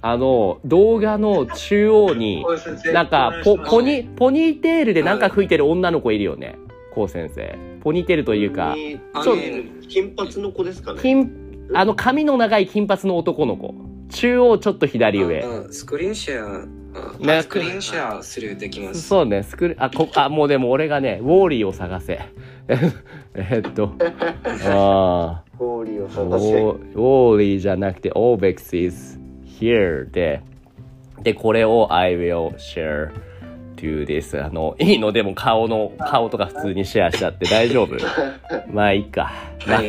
Speaker 1: あの、動画の中央に、
Speaker 2: こういう先生
Speaker 1: なんかポ、
Speaker 2: お願いします
Speaker 1: ポニ、ポニーテールでなんか吹いてる女の子いるよね。こう先生。ポニーテールというか、
Speaker 4: えー
Speaker 3: あの
Speaker 4: そう金髪の子ですかね
Speaker 1: 金、あの髪の長い金髪の男の子。中央ちょっと左上。
Speaker 3: あースクリーンシェアあー
Speaker 1: ね
Speaker 3: スクリーンシェアするできます
Speaker 1: そうね、スクール、あ、こ、あ、もうでも俺がね、ウォーリーを探せ。 えっと、ああ、
Speaker 4: ホーリーを
Speaker 1: ウ
Speaker 4: 探せ
Speaker 1: ォーウォーリーじゃなくて、オーベックス is here で、で、これを I will share to this. あの、いいのでも顔の、顔とか普通にシェアしちゃって大丈夫まあいいか。まあ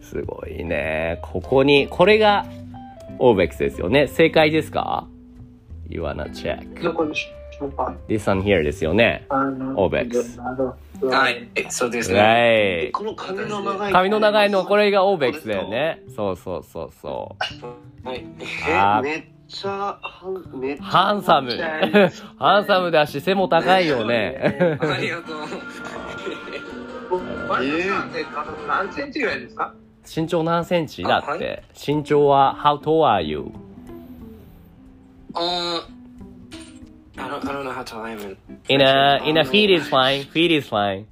Speaker 1: すごいね。ここに、これがオーベックスですよね。正解ですか ?You wanna check.
Speaker 2: どこにしようか。
Speaker 1: This one here ですよね。
Speaker 2: あの
Speaker 1: オーベックス。
Speaker 2: なるほど
Speaker 3: はいえそうですね
Speaker 1: はい。
Speaker 4: この髪の長い
Speaker 1: 髪の長いの、これがオーベックスだよね。そうそうそうそう。
Speaker 3: はい
Speaker 1: あ
Speaker 4: え
Speaker 1: ー
Speaker 4: めっちゃハンめっちゃ
Speaker 1: ハンサム。 ハンサムだし、背も高いよね。
Speaker 3: ありがとう
Speaker 2: マリコさんってあの何センチぐらいですか
Speaker 1: 身長何センチだ
Speaker 3: あ
Speaker 1: っ
Speaker 3: は
Speaker 1: て。身長は、How tall are you?
Speaker 3: あー Uh, I don't, I don't know how tall I am in-
Speaker 1: In a, in a feet is fine. Feet is fine.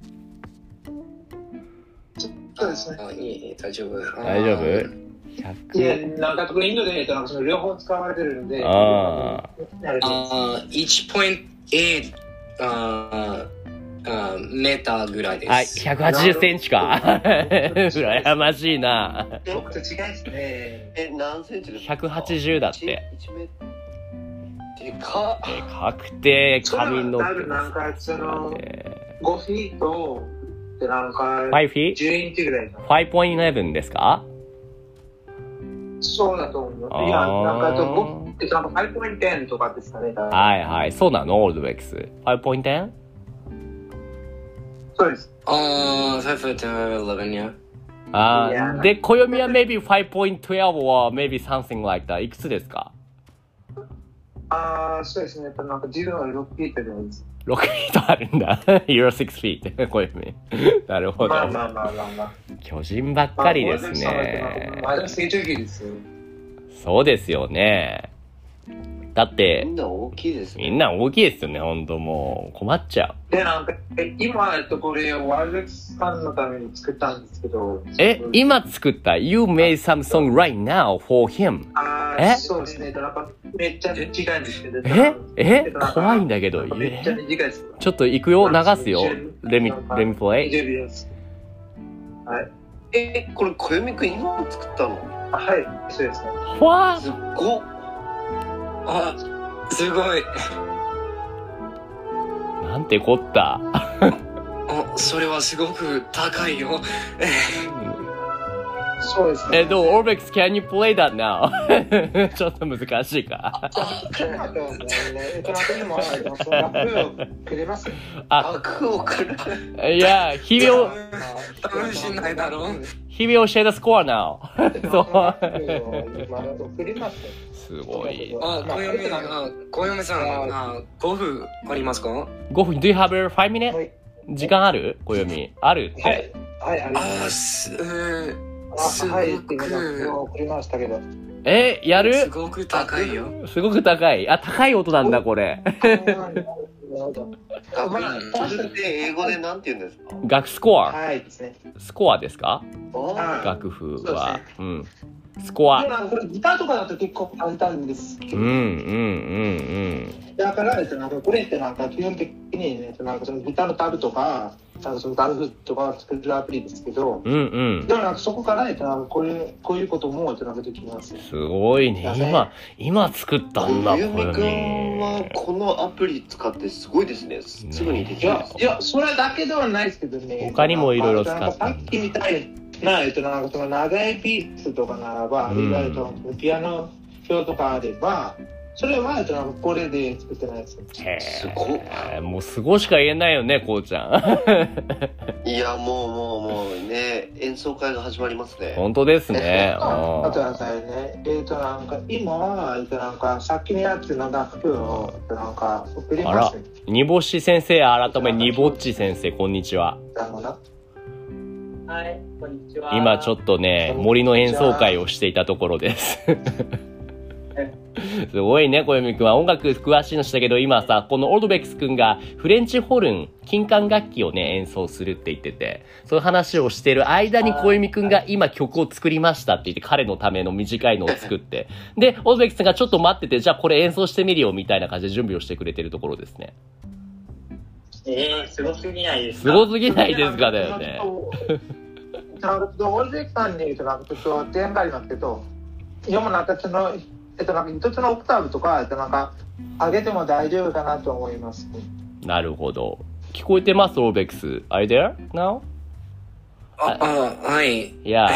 Speaker 2: そうですね。
Speaker 3: あいいいい大丈夫
Speaker 1: 大丈夫
Speaker 3: あ
Speaker 1: ?100?
Speaker 2: いや、なんか特にインドで、えっとなんかその両方使われてるので、
Speaker 1: あ
Speaker 2: なるほど
Speaker 3: ー1 8あーあーメーターぐらいです
Speaker 1: あ。はい、180センチか。羨ましいな。
Speaker 2: 僕と違いですね。
Speaker 4: え何センチですか
Speaker 1: 180だって。
Speaker 4: 一一メでかっ
Speaker 1: で確定、髪の
Speaker 2: それはなんかその
Speaker 1: ね
Speaker 2: 5フィートでなんか
Speaker 1: 5フィ
Speaker 2: 10インチぐらいかな。
Speaker 1: 5.11ですか
Speaker 2: そうだと思
Speaker 1: あー
Speaker 2: う。いや、なんかと僕、えっと、あの5.10とかですかね。だから
Speaker 1: はいはい。そうなのオールドベックス。5.10?
Speaker 2: そうです。
Speaker 3: ああ、5 foot 11 yeah.
Speaker 1: あ
Speaker 2: いや
Speaker 1: ーで、暦は maybe 5.12 or maybe something like that. いくつですか
Speaker 2: ああ、そうですね。やっぱなんか10の6フィートでもいいです。
Speaker 1: ?6 フィートあるんだ。You're 6 feet. 暦。なるほど
Speaker 2: ま。あまあまあまあまあ。
Speaker 1: 巨人ばっかりです
Speaker 2: まあ
Speaker 1: ね。
Speaker 2: まあ、成長期ですよ。
Speaker 1: そうですよね。だって
Speaker 4: み、んな大きいです
Speaker 1: み
Speaker 4: ね。
Speaker 1: んな大きいですよね、ほんともう。困っちゃう。
Speaker 5: で、なんか、え今、えっと、これ、ワールドさんのために作ったんですけど。
Speaker 1: え、今作った You made some song right now for him.
Speaker 5: あ
Speaker 1: え
Speaker 5: ーそうですね。なんか、めっちゃ短いんですけど。
Speaker 1: ええ
Speaker 5: なんか
Speaker 1: 怖いんだけど
Speaker 5: なんかめっちゃ短いです。
Speaker 1: ちょっと行くよ、流すよ。レミ、レミプレイ。
Speaker 5: 20秒です。
Speaker 4: え、これ、小読みくん今作ったの
Speaker 5: あはい、そうですね。
Speaker 1: わ
Speaker 4: すっごっ
Speaker 3: あ、すごい。
Speaker 1: ーなんてこった。
Speaker 3: あ、それはすごく高いよ。
Speaker 5: そうですね。
Speaker 1: え、どう ?Orbex, can you play that now? ちょっと難しいか。
Speaker 5: そうだと思うんだよね。えっと、なんか今、えっとそのラップをくれます
Speaker 4: 悪をくる。
Speaker 1: いや、日
Speaker 3: 多
Speaker 1: 々、
Speaker 3: 分多分しないだろう。
Speaker 1: 日々教えたスコア now。
Speaker 5: そう。送ります。
Speaker 1: すごい。
Speaker 3: あ、小嫁さん、あ小嫁さん、あ、5分ありますか
Speaker 1: 5分、do you have a five minute?
Speaker 5: はい。
Speaker 1: 時間ある小読み。あるって
Speaker 5: はい。。はい、あります。
Speaker 3: あ、す、えー
Speaker 5: あはい、って今送りましたけど。
Speaker 1: え、や
Speaker 3: す
Speaker 1: る
Speaker 3: ごく高いよ。
Speaker 1: すごく高い。あ、高い音なんだ、これ。
Speaker 4: 学院それって英語でなんて言うんですか
Speaker 1: 学スコア。
Speaker 5: はいですね。
Speaker 1: スコアですか
Speaker 4: あ
Speaker 5: はい
Speaker 1: 楽譜は。うん。スコア。
Speaker 5: これギターとかだと結構簡単です。
Speaker 1: うん、うん、うん、
Speaker 5: だから、えっと、なんかこれってなんか基本的に、ね、なんかそのギターのタブとか、なんかそのダルフとか作るアプリですけど、
Speaker 1: うん。うん、うん
Speaker 5: で。もなんかそこから、えっと、なんかこういうこういうことも、えっと、なんかできます。
Speaker 1: すごいね。今、今作ったんだ、小
Speaker 4: 小読みく
Speaker 1: 読
Speaker 4: んは
Speaker 1: み。
Speaker 4: このアプリ使ってすごいですね。すぐにで
Speaker 5: い
Speaker 4: きるんで
Speaker 5: や
Speaker 4: すか
Speaker 5: いやそれだけではないですけどね
Speaker 1: 他にも色々使った
Speaker 5: さっきみたいな,、えっと、なんかその長いピースとかならば、
Speaker 1: うん
Speaker 5: 意外とピアノ表とかあればそれは、えっと、なんかこれで作ってないです
Speaker 1: へ
Speaker 4: すごっ
Speaker 1: え。もうすごしか言えないよね、こうちゃん。
Speaker 4: いや、もうもうもうね、演奏会が始まりますね。
Speaker 1: 本当ですね。
Speaker 5: あと
Speaker 1: う
Speaker 5: はさねえっ、となんか今は、えっと、なんかさっきのやつの楽譜をえっとなんか送り
Speaker 1: んあ
Speaker 5: ま
Speaker 1: ら
Speaker 5: すね、
Speaker 1: にぼっし先生、改め、にぼっち先生、こんにちは。
Speaker 5: だもんな
Speaker 2: はい、こんにちは。
Speaker 1: 今ちょ
Speaker 2: と。
Speaker 1: っとね、森の演奏会をしていたところです。 すごいね、小読みくんは音楽詳しいのしたけど、今さ、このオルドベックスくんがフレンチホルン、金管楽器をね、演奏するって言ってて、そういう話をしてる間に小読みくんが今曲を作りましたって言って、彼のための短いのを作って、で、オルドベックスがちょっと待ってて、じゃあこれ演奏してみるよみたいな感じで準備をしてくれてるところですね。
Speaker 2: えー、すごすぎないです
Speaker 1: す
Speaker 2: か
Speaker 1: ごすぎないですかだよね。
Speaker 5: なんかちょっと大関さんにえっとなんかちょっと提案がありますけど、今もなんかそのえっとなんか一つのオクターブとかえっとなんか上げても大丈夫かなと思います。
Speaker 1: なるほど。聞こえてます、オルドベックス。Are you there now?
Speaker 3: あ、あ、はい。
Speaker 1: Yeah.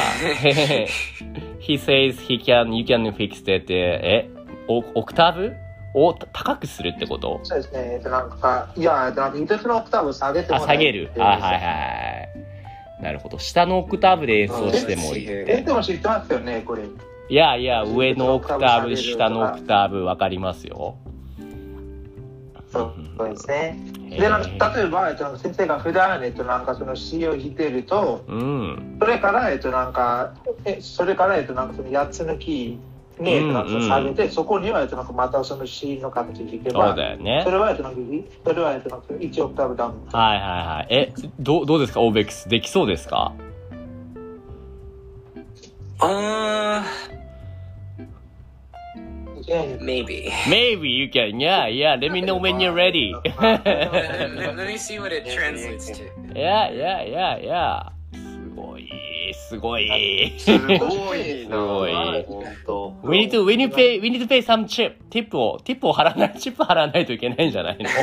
Speaker 1: he says he can, you can fix it. え、オオクターブを高くするってこと
Speaker 5: そうですね。えっとなんかいやえっとなんか一つのオクターブ下げても
Speaker 1: あ、
Speaker 5: 大丈夫
Speaker 1: 下げる。あ、はいはいはい。なるほど。下のオクターブで演奏してもいい。
Speaker 5: えでも知ってますよねこれ。
Speaker 1: いやいや、上のオクターブ、
Speaker 5: 下げる
Speaker 1: 下のオクターブ、わかりますよ。
Speaker 5: そうそうですね。
Speaker 1: へ
Speaker 5: でなん
Speaker 1: ー
Speaker 5: か例えばえっと先生が普段えっとなんかその詩を弾いてると。
Speaker 1: うん。
Speaker 5: それから、えっと、なんか、え、それから、えっと、なんか、その八つの木に、えっと、なんかその下げて、そこには、えっと、なんか、またその C の形でいけ
Speaker 1: そ
Speaker 5: ば、
Speaker 1: うだよね
Speaker 5: そ。れは、えっと、なんか、それは、えっと、なんか、1オクターブダウン。
Speaker 1: はいはいはい。え、どう、どうですかオーベックス。できそうですか
Speaker 3: あー、
Speaker 5: え
Speaker 3: maybe.
Speaker 1: ?Maybe you can. Yeah, yeah. Let me know when you're ready.
Speaker 3: let, let- let me see what it translates to.
Speaker 1: いやいやいやいや。すごい、すごい。
Speaker 4: すごいな。
Speaker 1: すごい
Speaker 4: 本当。
Speaker 1: We need to, we need to pay, we need to pay some chip. ティップを、ティップを払わない、チップ払わないといけないんじゃないの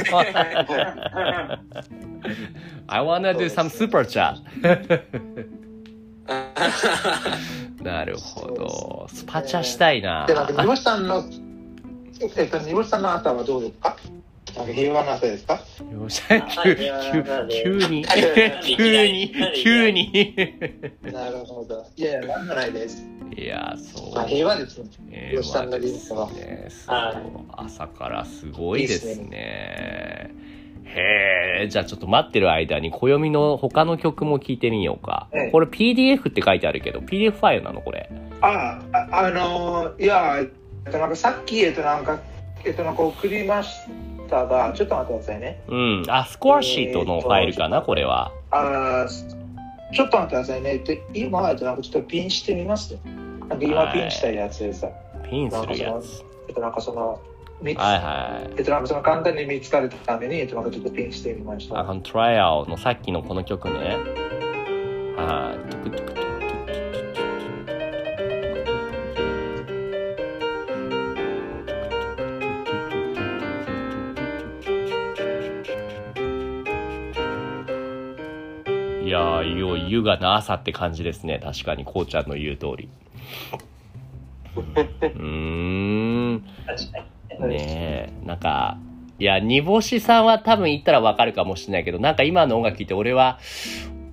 Speaker 1: ?I wanna do some super chat. なるほど。スパチャしたいな
Speaker 5: で、。なんか、煮干しさんの、えっと、煮干しさんの朝はどうですかなんか、平和な朝ですか
Speaker 1: よっしゃ急急急に、 急に、急に。
Speaker 5: なるほど。いやいや、なんもないです。
Speaker 1: いや、そう。
Speaker 5: まあ、平和ですね。
Speaker 1: え
Speaker 5: よっしゃんのリンクは
Speaker 1: ね、
Speaker 2: はい
Speaker 1: そう朝からすごいです
Speaker 5: いいっ
Speaker 1: ね。へえ、じゃあちょっと待ってる間に暦の他の曲も聴いてみようか
Speaker 5: ええ。
Speaker 1: これ PDF って書いてあるけど、PDF ファイルなのこれ。
Speaker 5: あ、あ、あのーいや、えっと、なんか、さっき、えっと、なんか、えっと、なんか送りましたが、ちょっと待ってくださいね。
Speaker 1: うん。あ、スコアシートのファイルかな、これは。
Speaker 5: あーちょっと待ってくださいね。えっと、今、えっと、なんかちょっとピンしてみますね。なんか今ピンしたやつでさ、
Speaker 1: ピンするやつ。
Speaker 5: えっと、なんかその、みつ
Speaker 1: はいはい。
Speaker 5: えっと、なんかその簡単に見つかれたために、えっと、なんかちょっとピンしてみまし
Speaker 1: あこ
Speaker 5: た。
Speaker 1: のトライアルのさっきのこの曲ね。はい。トゥクトゥクトゥクいやー、いよいよ優雅な朝って感じですね。確かに、こうちゃんの言う通り。うーん。
Speaker 6: 確かに。
Speaker 1: ねえなんかいや煮干しさんは多分言ったらわかるかもしれないけどなんか今の音楽聴いて俺は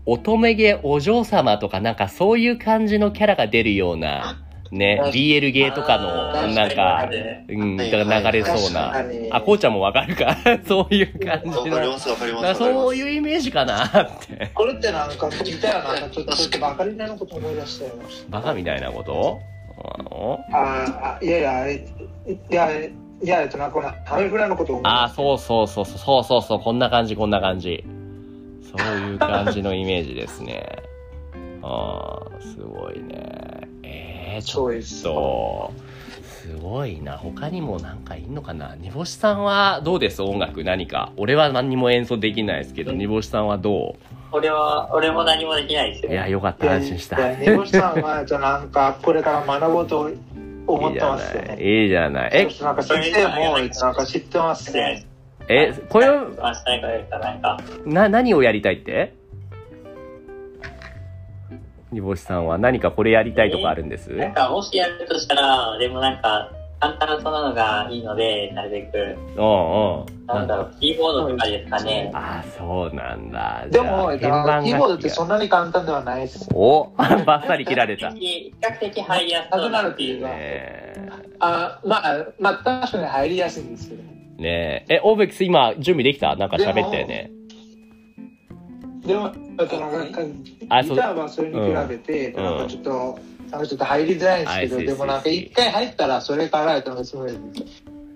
Speaker 1: 乙女ゲお嬢様とかなんかそういう感じのキャラが出るようなね
Speaker 6: あ
Speaker 1: BL ゲーとか
Speaker 6: あ
Speaker 1: の
Speaker 6: ー
Speaker 1: なんか
Speaker 6: 確にね
Speaker 1: うん
Speaker 4: はい
Speaker 1: だから流れそう
Speaker 4: は
Speaker 1: な
Speaker 5: に
Speaker 1: あこうちゃんもわかるか そういう感じ
Speaker 4: わ
Speaker 1: の
Speaker 4: かりますわかります
Speaker 1: な
Speaker 4: わ
Speaker 1: んか
Speaker 4: か
Speaker 1: そ
Speaker 4: りま
Speaker 1: う
Speaker 4: す
Speaker 1: いうイメージかな って
Speaker 5: これってなんか、似たような、なんかちょっと、ちょっとバカリナのこと思い出したよ。
Speaker 1: バカみたいなこと あの
Speaker 5: あーあ、いやいや、えいや、えいや、えっと、なんかこの、ハメフラのこと思い出
Speaker 1: あー
Speaker 5: した。
Speaker 1: そうそうそうそうそうそうそうこんな感じこんな感じそういう感じのイメージですね ああすごいねえー、ちょ
Speaker 5: そうで
Speaker 1: っ
Speaker 5: す。
Speaker 1: とすごいな他にもなんかいんのかな煮干しさんはどうです音楽何か俺は何にも演奏できないですけど煮干しさんはど
Speaker 6: 俺は、俺も何もできないです
Speaker 1: うい
Speaker 6: よ。
Speaker 1: やよかっ
Speaker 5: い
Speaker 1: た
Speaker 5: や
Speaker 1: 安心した
Speaker 5: いや煮干しさんは、えっと、なんか、これから学ぼうと思ってますよね。
Speaker 1: いいじゃない
Speaker 5: え
Speaker 1: いい、
Speaker 5: なんか知っても、なんか知ってますね。
Speaker 1: じゃないええこれを
Speaker 6: 明日からやったらなんか、
Speaker 1: な何をやりたいって煮干しさんは何かこれやりたいとかあるんです、
Speaker 6: なんかもしやるとしたら、でもなんか、簡単そうなのがいいので、なるべく、
Speaker 1: うんうん。
Speaker 6: なんだろう、キーボードとかですかね。
Speaker 1: ああ、そうなんだ。
Speaker 5: でも、えっと
Speaker 1: じゃあ鍵盤楽器
Speaker 5: キー
Speaker 1: が
Speaker 5: ボードってそんなに簡単ではないです。
Speaker 1: お バッサリ切られた。ね
Speaker 6: 比較的入りやすそうなっていう。
Speaker 1: え。
Speaker 5: あまあ、まあ、確かに入りやすいんですけど。
Speaker 1: ねえ。え、オーベックス今準備できたなんか喋ったよね。
Speaker 5: でも、えっと、なんか、ギタ
Speaker 1: あそう
Speaker 5: ーはそれに比べて、
Speaker 1: うん
Speaker 5: なんかちょっと、なんかちょっと入りづらいんですけ
Speaker 1: あいい
Speaker 5: ど、
Speaker 1: です
Speaker 5: でもなんか
Speaker 1: いいです
Speaker 5: 一回入ったら、それから、えっと、すごい。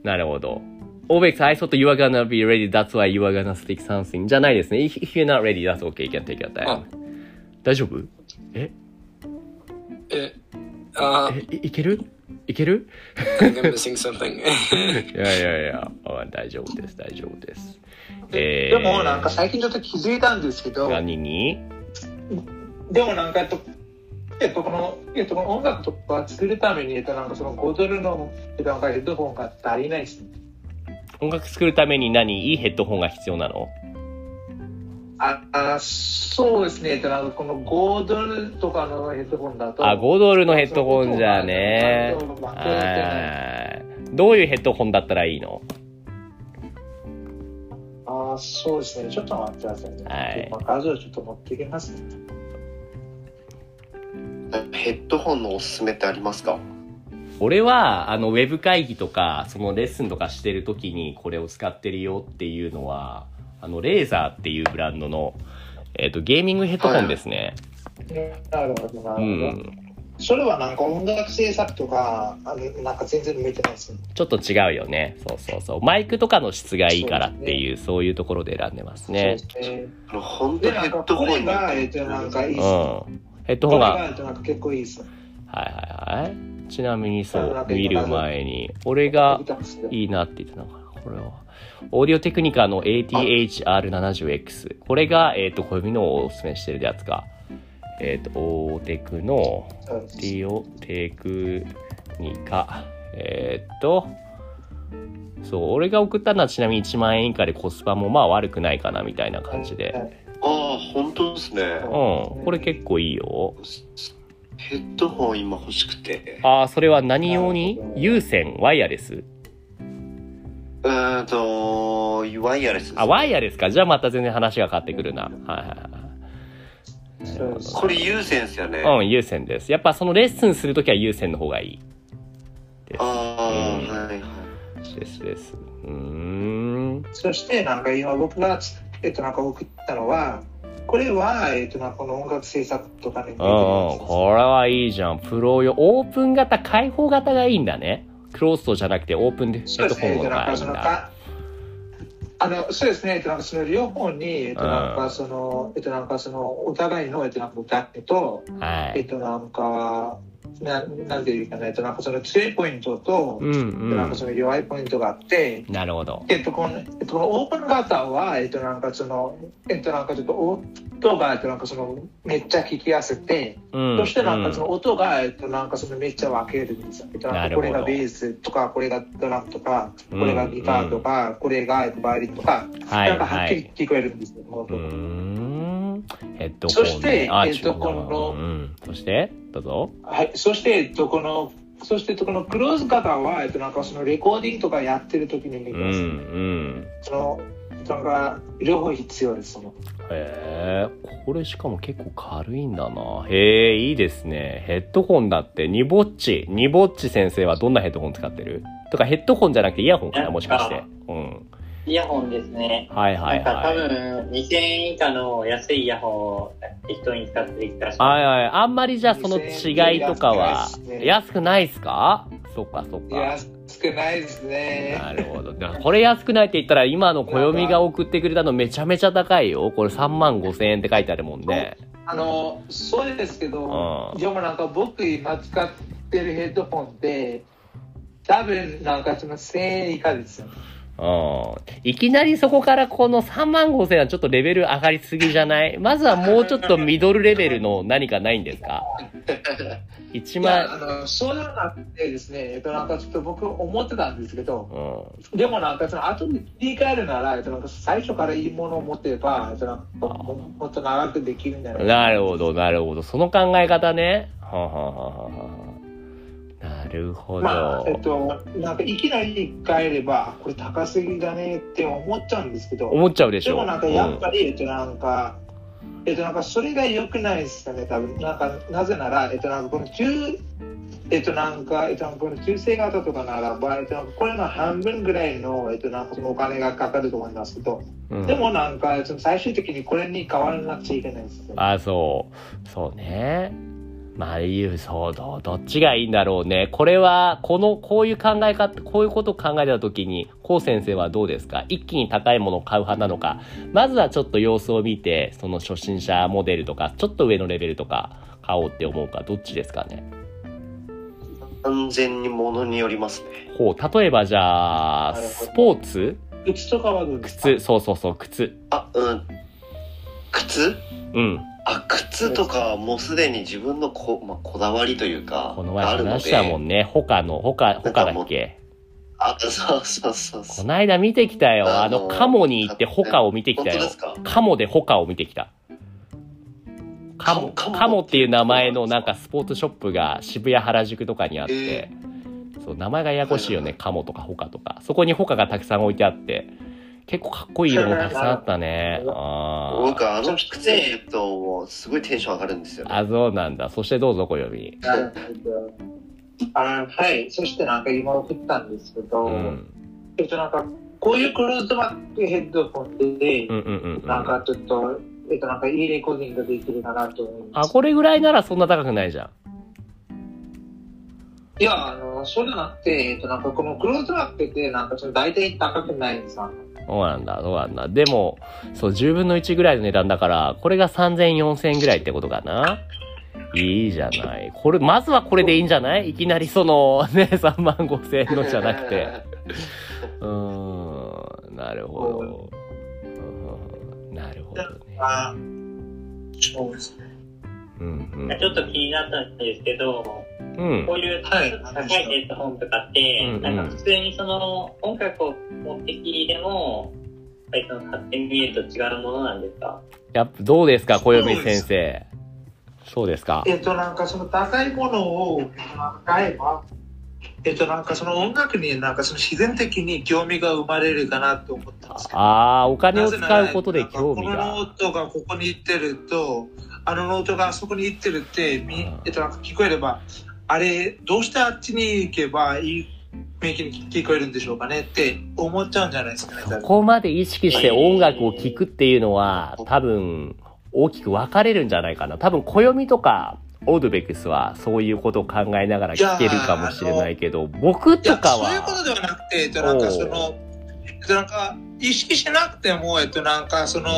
Speaker 1: なるほど。オーベックス、I thought you were gonna be ready, that's why you were gonna stick something. じゃないですね。If if you're not ready, that's okay, you can take your
Speaker 3: あ
Speaker 1: time. 大丈夫
Speaker 3: え、あ
Speaker 1: え、いいけるいける
Speaker 3: ー、I'm missing something.
Speaker 1: いやいやいや、あ大丈夫です、大丈夫です。え
Speaker 5: で
Speaker 1: ー
Speaker 5: も、なんか最近ちょっと気づいたんですけど、
Speaker 1: 何に
Speaker 5: でもなんかえっと、えっと、この、えっと、この音楽とか作るために、えっと、なんかその5ドルの、えっと、なんかヘッドホンが足りないですね。
Speaker 1: 音楽作るために何いいヘッドホンが必要なの
Speaker 5: ああそうですね、えっと、なんかこの5ドルとかのヘッドホンだと、
Speaker 1: あ、5ドルのヘッドホンじゃね。はい。どういうヘッドホンだったらいいの
Speaker 5: ああそうですね、ちょっと待ってくださいね。
Speaker 1: はい
Speaker 5: まあ画像ちょっと持ってきますね。
Speaker 4: ヘッドホンのおすすめってありますか
Speaker 1: 俺は、あの、ウェブ会議とか、そのレッスンとかしてる時にこれを使ってるよっていうのは、あの、レーザーっていうブランドの、えっ、と、ゲーミングヘッドホンですね。
Speaker 5: なるほど、なるほ
Speaker 1: う
Speaker 5: ど。
Speaker 1: ん。
Speaker 5: それはなんか音楽制作とか、あのなんか全然向いてないですね。
Speaker 1: ちょっと違うよね。そうそうそう。マイクとかの質がいいからっていう、そういうところで選んでますね。
Speaker 5: そうですね
Speaker 4: あの本当
Speaker 5: で、
Speaker 4: に
Speaker 5: な
Speaker 4: ヘ
Speaker 5: んか
Speaker 4: ッドホン
Speaker 5: 声が、えっと、なんかいいですね。
Speaker 1: うん。ヘッドホ
Speaker 5: こ
Speaker 1: ン
Speaker 5: れ
Speaker 1: が、
Speaker 5: がなんか結構いいです。
Speaker 1: はいはいはい。ちなみにそ
Speaker 5: あな、
Speaker 1: うん
Speaker 5: か
Speaker 1: 見
Speaker 5: 今
Speaker 1: る前に、俺がいいなって言ってたのかな、これは。オーディオテクニカの ATHR70X。これが、えっ、と、こういうのをおすすめしてるやつか。えっ、と、オーデクの、
Speaker 5: そうで
Speaker 1: オー
Speaker 5: す
Speaker 1: ディオテクニカ。えっ、と、そう、俺が送ったのはちなみに1万円以下でコスパもまあ悪くないかなみたいな感じ
Speaker 5: は
Speaker 1: で。
Speaker 5: い
Speaker 4: ああ本当ですね
Speaker 1: うん、
Speaker 5: はい
Speaker 1: これ結構いいよ。
Speaker 4: ヘッドホン今欲しくて
Speaker 1: ああ、それは何用に
Speaker 5: なるほど
Speaker 1: 有線、ワイヤレス
Speaker 4: うーんとワイヤレスです
Speaker 1: あ、ワイヤレスか。じゃあまた全然話が変わってくるな。はいはい
Speaker 5: そうです
Speaker 4: これ有線ですよね、
Speaker 1: はい。うん、有線です。やっぱそのレッスンするときは有線の方がいい。
Speaker 4: ああ、
Speaker 1: うん
Speaker 4: はいはい
Speaker 1: ですです。うーん。
Speaker 5: そしてなんか今僕がえっとなんか送ったのはこれはえっとなんかこの音楽制作とかに向いて
Speaker 1: うんうん、
Speaker 5: るやつです
Speaker 1: これはいいじゃん。プロ用。オープン型、開放型がいいんだね。クロースドじゃなくてオープンヘ
Speaker 5: そう
Speaker 1: ッ
Speaker 5: で
Speaker 1: ド
Speaker 5: す
Speaker 1: ホ
Speaker 5: ね、え
Speaker 1: ン
Speaker 5: っ
Speaker 1: の
Speaker 5: と、
Speaker 1: 方
Speaker 5: なん
Speaker 1: がいい
Speaker 5: かそ
Speaker 1: ん
Speaker 5: の
Speaker 1: だ。
Speaker 5: か、あの、そうですね、えっと、なんかその両方に、えっと、
Speaker 1: うん
Speaker 5: なんかその、えっと、なんかその、お互いの、えっと、なんか歌ってと、
Speaker 1: は
Speaker 5: え
Speaker 1: い。
Speaker 5: っと、なんか、ななんていうかな、えっと、なんかその強いポイントと、
Speaker 1: うんう
Speaker 5: えっとなんか
Speaker 1: ん。
Speaker 5: その弱いポイントがあって、
Speaker 1: なるほど。
Speaker 5: えっと、この、えっと、このオープン型は、えっと、なんかその、えっと、なんかちょっと音が、えっと、なんかその、めっちゃ聞きやすくて、
Speaker 1: うん。
Speaker 5: そしてなんかそ
Speaker 1: うん
Speaker 5: の音が、えっと、なんかそのめっちゃ分けるんですよ。えっと、なんかこれ
Speaker 1: なる
Speaker 5: が
Speaker 1: ほど
Speaker 5: ベースとか、これがドラムとか、こ
Speaker 1: うん
Speaker 5: れがギターとか、これがえっとバイオリンとか、
Speaker 1: は
Speaker 5: なん
Speaker 1: い
Speaker 5: かは
Speaker 1: は
Speaker 5: っきり
Speaker 1: い。
Speaker 5: 聞こえるんですよ、こ
Speaker 1: うー
Speaker 5: の音
Speaker 1: ん。ヘッドホンね。
Speaker 5: そして
Speaker 1: あ
Speaker 5: えっと
Speaker 1: 違うな
Speaker 5: この
Speaker 1: うん。そして、どうぞ。
Speaker 5: はい、そして、えっと、この、そして、えっとこのクローズ型は、えっと、なんかそのレコーディングとかやってる時に
Speaker 1: う
Speaker 5: 見
Speaker 1: ん
Speaker 5: ます。
Speaker 1: うん。
Speaker 5: その、なんか、両方必要です、その。
Speaker 1: へえ、これしかも結構軽いんだな。へえ、いいですね。ヘッドホンだって、ニボッチ、ニボッチ先生はどんなヘッドホン使ってるとかヘッドホンじゃなくてイヤホンかなもしかして。うん。
Speaker 6: イヤホンですね。
Speaker 1: はいはい
Speaker 6: なんか多
Speaker 1: はい。
Speaker 6: 分2000円以下の安いイヤホンを適当に使ってできたらしい。
Speaker 1: はいはい。あんまりじゃあその違いとかは
Speaker 5: 安くないっす、ね
Speaker 1: 安くないっすかそっかそっ
Speaker 5: い
Speaker 1: か。
Speaker 5: や、少ないですね。
Speaker 1: なるほど。だからこれ安くないって言ったら、今の暦が送ってくれたのめちゃめちゃ高いよ。これ3万5千円って書いてあるもんね。
Speaker 5: あの、そうですけど
Speaker 1: う、ん
Speaker 5: でもなんか僕今使ってるヘッドホンって、多分なんかその1000円以下ですよね。
Speaker 1: うん。いきなりそこからこの3万5千円はちょっとレベル上がりすぎじゃ ないまずはもうちょっとミドルレベルの何かないんですか ?1
Speaker 5: いや、あ
Speaker 1: 万、
Speaker 5: の、そうじゃなくてですね、えっとなんかちょっと僕思ってたんですけど、
Speaker 1: うん。
Speaker 5: でもなんかその後で言い換えるなら、えっとなんか最初からいいものを持てば、えっとなんかももっと長くできるんじゃないか
Speaker 1: なるほど、なるほど。その考え方ね。はあはあはあはあなるほど。
Speaker 5: まあ、えっと、なんかいきなり変えれば、これ高すぎだねって思っちゃうんですけど、
Speaker 1: 思っちゃうでし
Speaker 5: で
Speaker 1: ょ。
Speaker 5: もなんかやっぱり、えっとなんか、えっとなんかそれが良くないですかね、多分なんかなぜなら、えっとなんかこの中、えっとなんか、えっとなんかこの中性型とかならば、えっとなんかこれの半分ぐらいの、えっとなんかそのお金がかかると思いますけど、
Speaker 1: うん、うん
Speaker 5: でもなんか、その最終的にこれに変わらなくちゃいけないですよね。
Speaker 1: あそうそうねまあいいそうどどっちがいいんだろうねこれはこのこういう考え方こういうことを考えた時にこう先生はどうですか一気に高いものを買う派なのかまずはちょっと様子を見てその初心者モデルとかちょっと上のレベルとか買おうって思うかどっちですかね
Speaker 4: 完全にものによりますね。
Speaker 1: ほう例えばじゃあ
Speaker 5: なるほど
Speaker 1: スポーツ
Speaker 5: 靴とかはどうですか
Speaker 1: 靴そうそうそう靴
Speaker 4: あ、うん。靴
Speaker 1: うん
Speaker 4: あ、靴とかはもうすでに自分のこ,、まあ、こだわりというか、
Speaker 1: この
Speaker 4: があ
Speaker 1: 前
Speaker 4: るの
Speaker 1: 話したも
Speaker 4: で。
Speaker 1: んね他の他他だっけ
Speaker 4: あ、そうそうそうそ
Speaker 1: こ
Speaker 4: う。
Speaker 1: ないだ見てきたよ。あ
Speaker 4: あの
Speaker 1: の、カモに行ってホカを見てき
Speaker 4: 本
Speaker 1: た
Speaker 4: 当
Speaker 1: よ
Speaker 4: で。すか
Speaker 1: カモでホカを見てきた。カモ、
Speaker 4: カモ
Speaker 1: カモっていう名前のなんかスポーツショップが渋谷原宿とかにあって、そう、名前がややこしいよ
Speaker 4: はい
Speaker 1: ね。
Speaker 4: はい
Speaker 1: カモとかホカとか。そこにホカがたくさん置いてあって、結構かっこいい色もたくさんあったね。あー
Speaker 4: 僕あの靴にるともうすごいテンション上がるんですよね。
Speaker 1: あ、そうなんだ。そしてどうぞ、小読み。
Speaker 5: あのはい、そしてなんか今送ったんですけど、
Speaker 1: うん。
Speaker 5: えっとなんかこういうクローズバックヘッドホンで、
Speaker 1: うんうんうんう
Speaker 5: なん
Speaker 1: ん。
Speaker 5: かちょっと、えっと、なんかいいレコーディングができるかなと思いま
Speaker 1: あ、
Speaker 5: す。
Speaker 1: これぐらいならそんな高くないじゃん。
Speaker 5: いや、あの、そうじゃなくて、えっと、なんかこのクローズバックって、なんかその大体高くないんですか
Speaker 1: そうなんだ、そうなんだ。でも、そう、10分の1ぐらいの値段だから、これが3000、4000ぐらいってことかな。いいじゃない。これ、まずはこれでいいんじゃないいきなりその、ね、3万5000円のじゃなくて。うーん、なるほど。うんなるほどね。
Speaker 5: あそうですね。
Speaker 1: うん、
Speaker 6: ちょっと気になったんですけど、
Speaker 1: うん。うん
Speaker 6: こういう高
Speaker 5: はいい
Speaker 6: ヘッドホンとかって、
Speaker 1: うんうん
Speaker 6: なんか普通にその音楽を持ってきでも、やっぱりその買ってみると違うものなんですか
Speaker 1: やっぱ、どうですか、小読み先生。そうですか。
Speaker 5: えっと、なんかその高いものを、なんか買えば、えっと、なんかその音楽になんかその自然的に興味が生まれるかなと思ったんですけど。
Speaker 1: ああ、お金を
Speaker 5: なぜなら
Speaker 1: 使うことで興味
Speaker 5: なんかこのノ
Speaker 1: が。
Speaker 5: ートがここに行ってるとあのノートがあそこに行ってるってみ
Speaker 1: うん
Speaker 5: えっとなんか聞こえればあれどうしてあっちに行けばいいメイキに聞こえるんでしょうかねって思っちゃうんじゃないですかね
Speaker 1: そ
Speaker 5: 多分
Speaker 1: こまで意識して音楽を聴くっていうのは、多分、大きく分かれるんじゃないかな。多分、暦とか、オードベックスはそういうことを考えながら聴けるかもしれないけど、僕
Speaker 5: い
Speaker 1: と
Speaker 5: や
Speaker 1: か
Speaker 5: そういうこと
Speaker 1: は、
Speaker 5: ではなくて、えっと、なん
Speaker 1: お
Speaker 5: か
Speaker 1: う
Speaker 5: その、えっと、なんか意識しなくても、えっと、なんかその、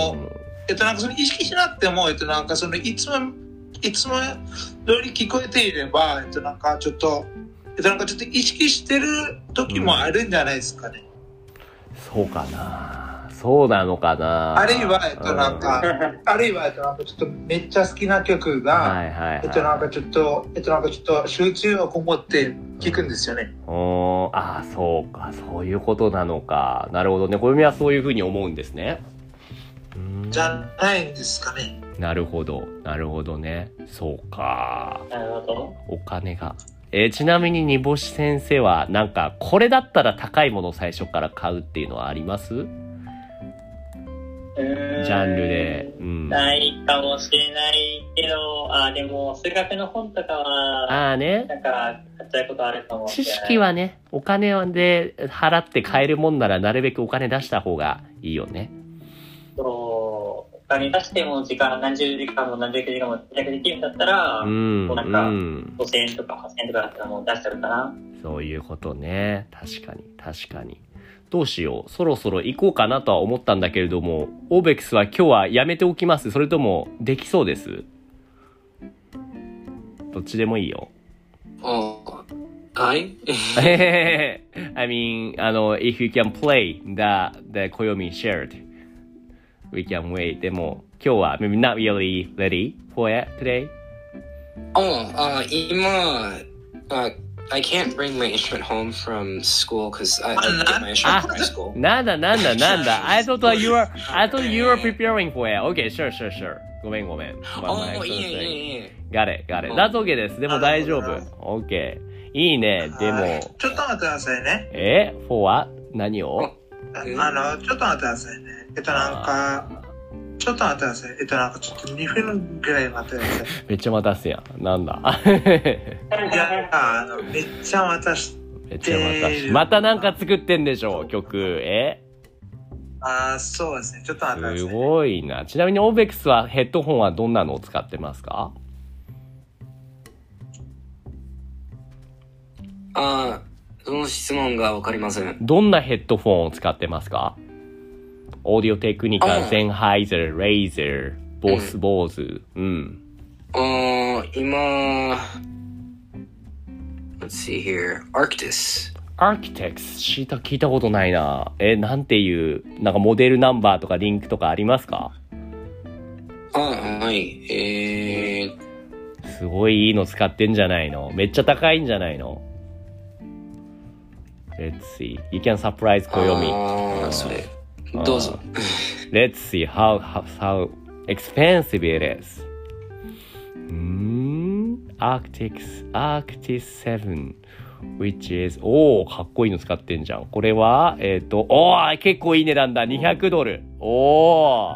Speaker 5: えっと、なんかその意識しなくても、えっと、なんかそのいつも、いつも通り聞こえていれば、えっと、なんかちょっと、えっと、なんかちょっと意識してる時もあるんじゃないですかね。
Speaker 1: そうかな。そうなのかな。
Speaker 5: あるいは、えっと、なん
Speaker 1: うん、
Speaker 5: か、あるいは、えっと、なんかちょっとめっちゃ好きな曲が、
Speaker 1: はいはい、はい。
Speaker 5: えっと、なんかちょっと、えっと、なんかちょっと集中をこもって聞くんですよね。
Speaker 1: おーああそうかそういうことなのかなるほどね小読はそういうふうに思うんですねうーん
Speaker 5: じゃないんですかね。
Speaker 1: なるほどなるほどねそうか
Speaker 6: なるほど。
Speaker 1: お金がえーちなみに煮干し先生はなんかこれだったら高いものを最初から買うっていうのはあります
Speaker 6: ジ
Speaker 1: ジャンルでうん
Speaker 6: ないかもしれないけど、あ、でも、数学の本とかは、
Speaker 1: ああね
Speaker 6: なんか、買っちゃうことあるかもし
Speaker 1: 知
Speaker 6: れない。
Speaker 1: 識はねお金で払って買えるもんならなるべくお金出した方がいいよね
Speaker 6: そう、お金出しても時間、何十時間も何百時間も節約できるんだったら、
Speaker 1: うんう
Speaker 6: もうなんか
Speaker 1: ん
Speaker 6: 5000円とか8000円とかだったらもう出しちゃうかな。
Speaker 1: そういうことね。確かに、確かに。どうしよう。そろそろ行こうかなとは思ったんだけれども、オーベックスは今日はやめておきます。それとも、できそうですどっちでもいいよ。
Speaker 3: Oh, I?
Speaker 1: えへへへ I mean, あの、if you can play the, the Koyomi shared, we can wait. でも、今日は maybe not really ready for it today.
Speaker 3: Oh, uh, Ima. Uh, I can't bring my instrument home from school because I, I didn't get my instrument from high school.
Speaker 1: なんだなんだなんだ I thought you were, I thought you were preparing for it. Okay, sure, sure, sure. ごめんごめん。My- my
Speaker 3: Oh, yeah,
Speaker 1: concern.
Speaker 3: yeah, yeah.
Speaker 1: ガレ、ガレ。
Speaker 3: うん
Speaker 1: だとけです。でも大丈夫
Speaker 5: なる。
Speaker 1: オッケー。いいね。で
Speaker 5: はい
Speaker 1: も、
Speaker 5: ちょっと待ってくださいね。
Speaker 1: えフォーは何を
Speaker 3: うん
Speaker 5: あの、ちょっと待ってくださいね。えっと、なんか、ちょっと待ってください。えっと、なんかちょっと2分ぐらい待ってください。
Speaker 1: めっちゃ待たすやん。なんだ
Speaker 5: いや、あの、めっちゃ待たし、
Speaker 1: めっちゃ待たし。またなんか作ってんでしょ曲。え
Speaker 5: あーそうですね。ちょっと待ってくだ
Speaker 1: す
Speaker 5: さいね、
Speaker 1: ごいな。ちなみにオーベックスはヘッドホンはどんなのを使ってますか
Speaker 3: Uh, その質問がわかりません。
Speaker 1: どんなヘッドフォンを使ってますかオーディオテクニカ、
Speaker 3: うん
Speaker 1: ゼンハイザー、レイザー、ボスボーズ。うん。
Speaker 3: Uh, 今、let's see here, Arctis.
Speaker 1: アーキテクス聞いた聞いたことないな。え、なんていう、なんかモデルナンバーとかリンクとかありますか
Speaker 3: あ、はい。えー、
Speaker 1: すごいいいの使ってんじゃないのめっちゃ高いんじゃないの ?Let's see. You can surprise 暦。
Speaker 3: あー、それ。どうぞ。
Speaker 1: Let's see how, how, how expensive it is. うーん Arctis, Arctis 7, which is, おーかっこいいの使ってんじゃん。これは、えっ、と、おー結構いい値段だ。200ドル。お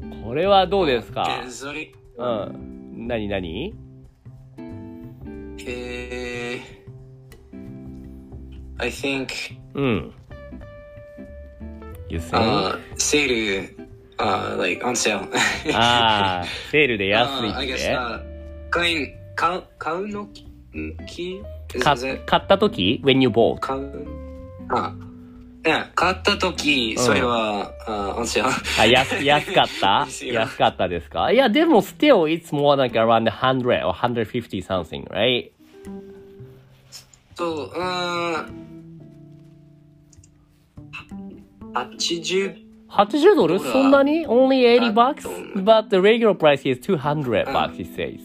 Speaker 1: ーこれはどうですか
Speaker 3: えー、それ、
Speaker 1: うん。なになに
Speaker 3: えー、I think,
Speaker 1: うん。You think?
Speaker 3: あー、セール、あー、like, uh, on sale.
Speaker 1: あー、セールで安い
Speaker 3: あー I
Speaker 1: っ
Speaker 3: guess,
Speaker 1: て。
Speaker 3: uh, 買い買う、買うのき、んき、
Speaker 1: か
Speaker 3: ぜ
Speaker 1: 買った時 ?when you bought?
Speaker 3: 買う、あ、いや、買ったとき、それは、あー、on sale.
Speaker 1: あ、 安、安かった
Speaker 3: ですよ
Speaker 1: 安かったですかいや、でも、still, it's more like around 100 or 150 something, right?
Speaker 3: と、うーん、80
Speaker 1: 80ドル
Speaker 3: ほら
Speaker 1: そんなに ?only 80 bucks?
Speaker 3: あと
Speaker 1: But the regular price is 200 bucks, it says.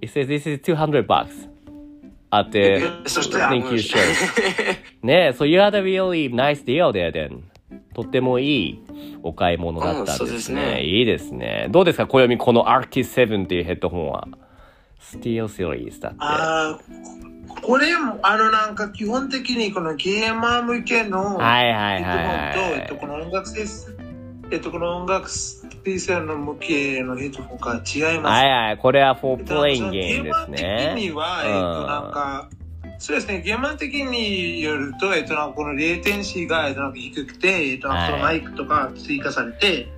Speaker 1: It says this is 200 bucks. At the
Speaker 5: そして、あの
Speaker 1: thank you show. ねえ、so you had a really nice deal there then. とってもいいお買い物だったん
Speaker 3: うんそう
Speaker 1: で
Speaker 3: ですす
Speaker 1: ね。
Speaker 3: ね
Speaker 1: いいですね。どうですか、暦この RT7 っていうヘッドホンは。Steel Series だって。
Speaker 5: あーこれも、あの、なんか基本的にこのゲーマー向けの、
Speaker 1: はいはいはい
Speaker 5: ヘッドホンと、えっと、
Speaker 1: は
Speaker 5: この音楽性、えっと、この音楽推薦の向けのヘッドホンが違い
Speaker 1: い。
Speaker 5: ます。
Speaker 1: はいはい、これは for
Speaker 5: えっとなんか
Speaker 1: playing
Speaker 5: そ
Speaker 1: game
Speaker 5: の
Speaker 1: で
Speaker 5: ゲーマー
Speaker 1: すね。
Speaker 5: 的には、
Speaker 1: うん
Speaker 5: えっと、なんか、そうですね、ゲーマー的によると、えっと、なんかこのレイテンシーが、えっと、なんか低くて、えっと、なんかそのマ
Speaker 1: はい
Speaker 5: イクとか追加されて、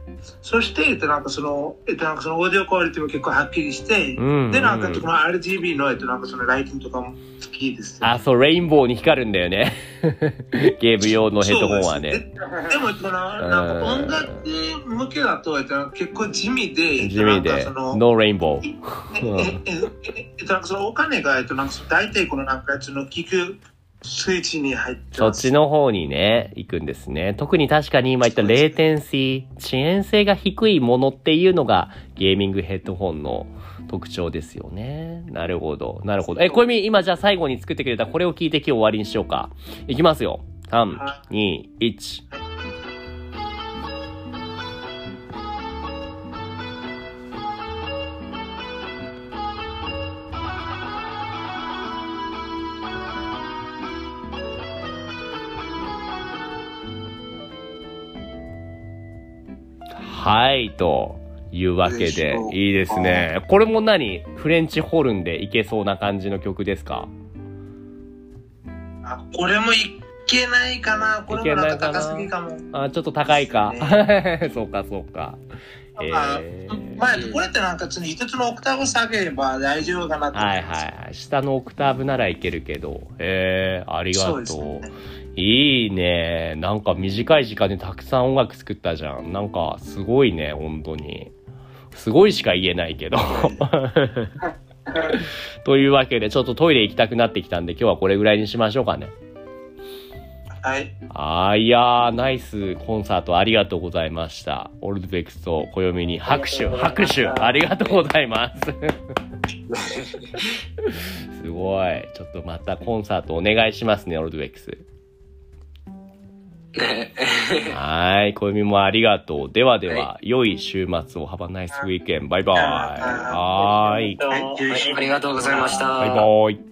Speaker 5: そして、えっと、なんかその、えっと、なんかそのオーディオクオリティも結構はっきりして、
Speaker 1: うん
Speaker 5: で、なんかこの RGB の、えっと、なんかそのライティングとかも好きです。
Speaker 1: あ、そう、レインボーに光るんだよね。 ゲーム用のヘッドホンはね。
Speaker 5: そうです。でも、そのなんか音楽向けだと、えっと、結構地味で、
Speaker 1: 地味
Speaker 5: なんか
Speaker 1: で、
Speaker 5: そ
Speaker 1: ノ
Speaker 5: の
Speaker 1: ーレインボー。うん
Speaker 5: ええええっと、なんかそのお金が、えっと、なんかその大体このなんかその聞くスイッチに入って
Speaker 1: そっ
Speaker 5: ます
Speaker 1: ちの方にね、行くんですね。特に確かに今言った0点シー、遅延性が低いものっていうのがゲーミングヘッドホンの特徴ですよね。なるほど。なるほど。え、小み今じゃあ最後に作ってくれたこれを聞いて今日終わりにしようか。いきますよ。3、2、1。はい、というわけで、いいですね。これも何フレンチホルンでいけそうな感じの曲ですか
Speaker 5: あこれもいけないかな。これもなんか高すぎかも。
Speaker 1: あ、ちょっと高いか。 そうか、そうか。
Speaker 5: まあ
Speaker 1: えー
Speaker 5: まあ、これってなんか、その一つのオクターブ下げれば大丈夫かなと思
Speaker 1: はい
Speaker 5: います。
Speaker 1: はいはい。下のオクターブならいけるけど。えー、ありが
Speaker 5: そう
Speaker 1: と
Speaker 5: です
Speaker 1: う。
Speaker 5: ね。
Speaker 1: いいね。なんか短い時間でたくさん音楽作ったじゃん。なんかすごいね、本当に。すごいしか言えないけ ど。というわけで、ちょっとトイレ行きたくなってきたんで、今日はこれぐらいにしましょうかね。
Speaker 5: はい。
Speaker 1: あーいやー、ナイスコンサートありがとうございました。オールドベックスと暦に拍手、
Speaker 6: あり
Speaker 1: 拍
Speaker 6: がと
Speaker 1: 手、
Speaker 6: うございました
Speaker 1: ありがとうございます。すごい。ちょっとまたコンサートお願いしますね、オールドベックス。はーい、小みもありがとう。ではでは、良い週末を。Have a nice weekend. バイバイ。はーい。
Speaker 6: あ
Speaker 5: はい
Speaker 3: ありがとうございました。
Speaker 1: バイバイ。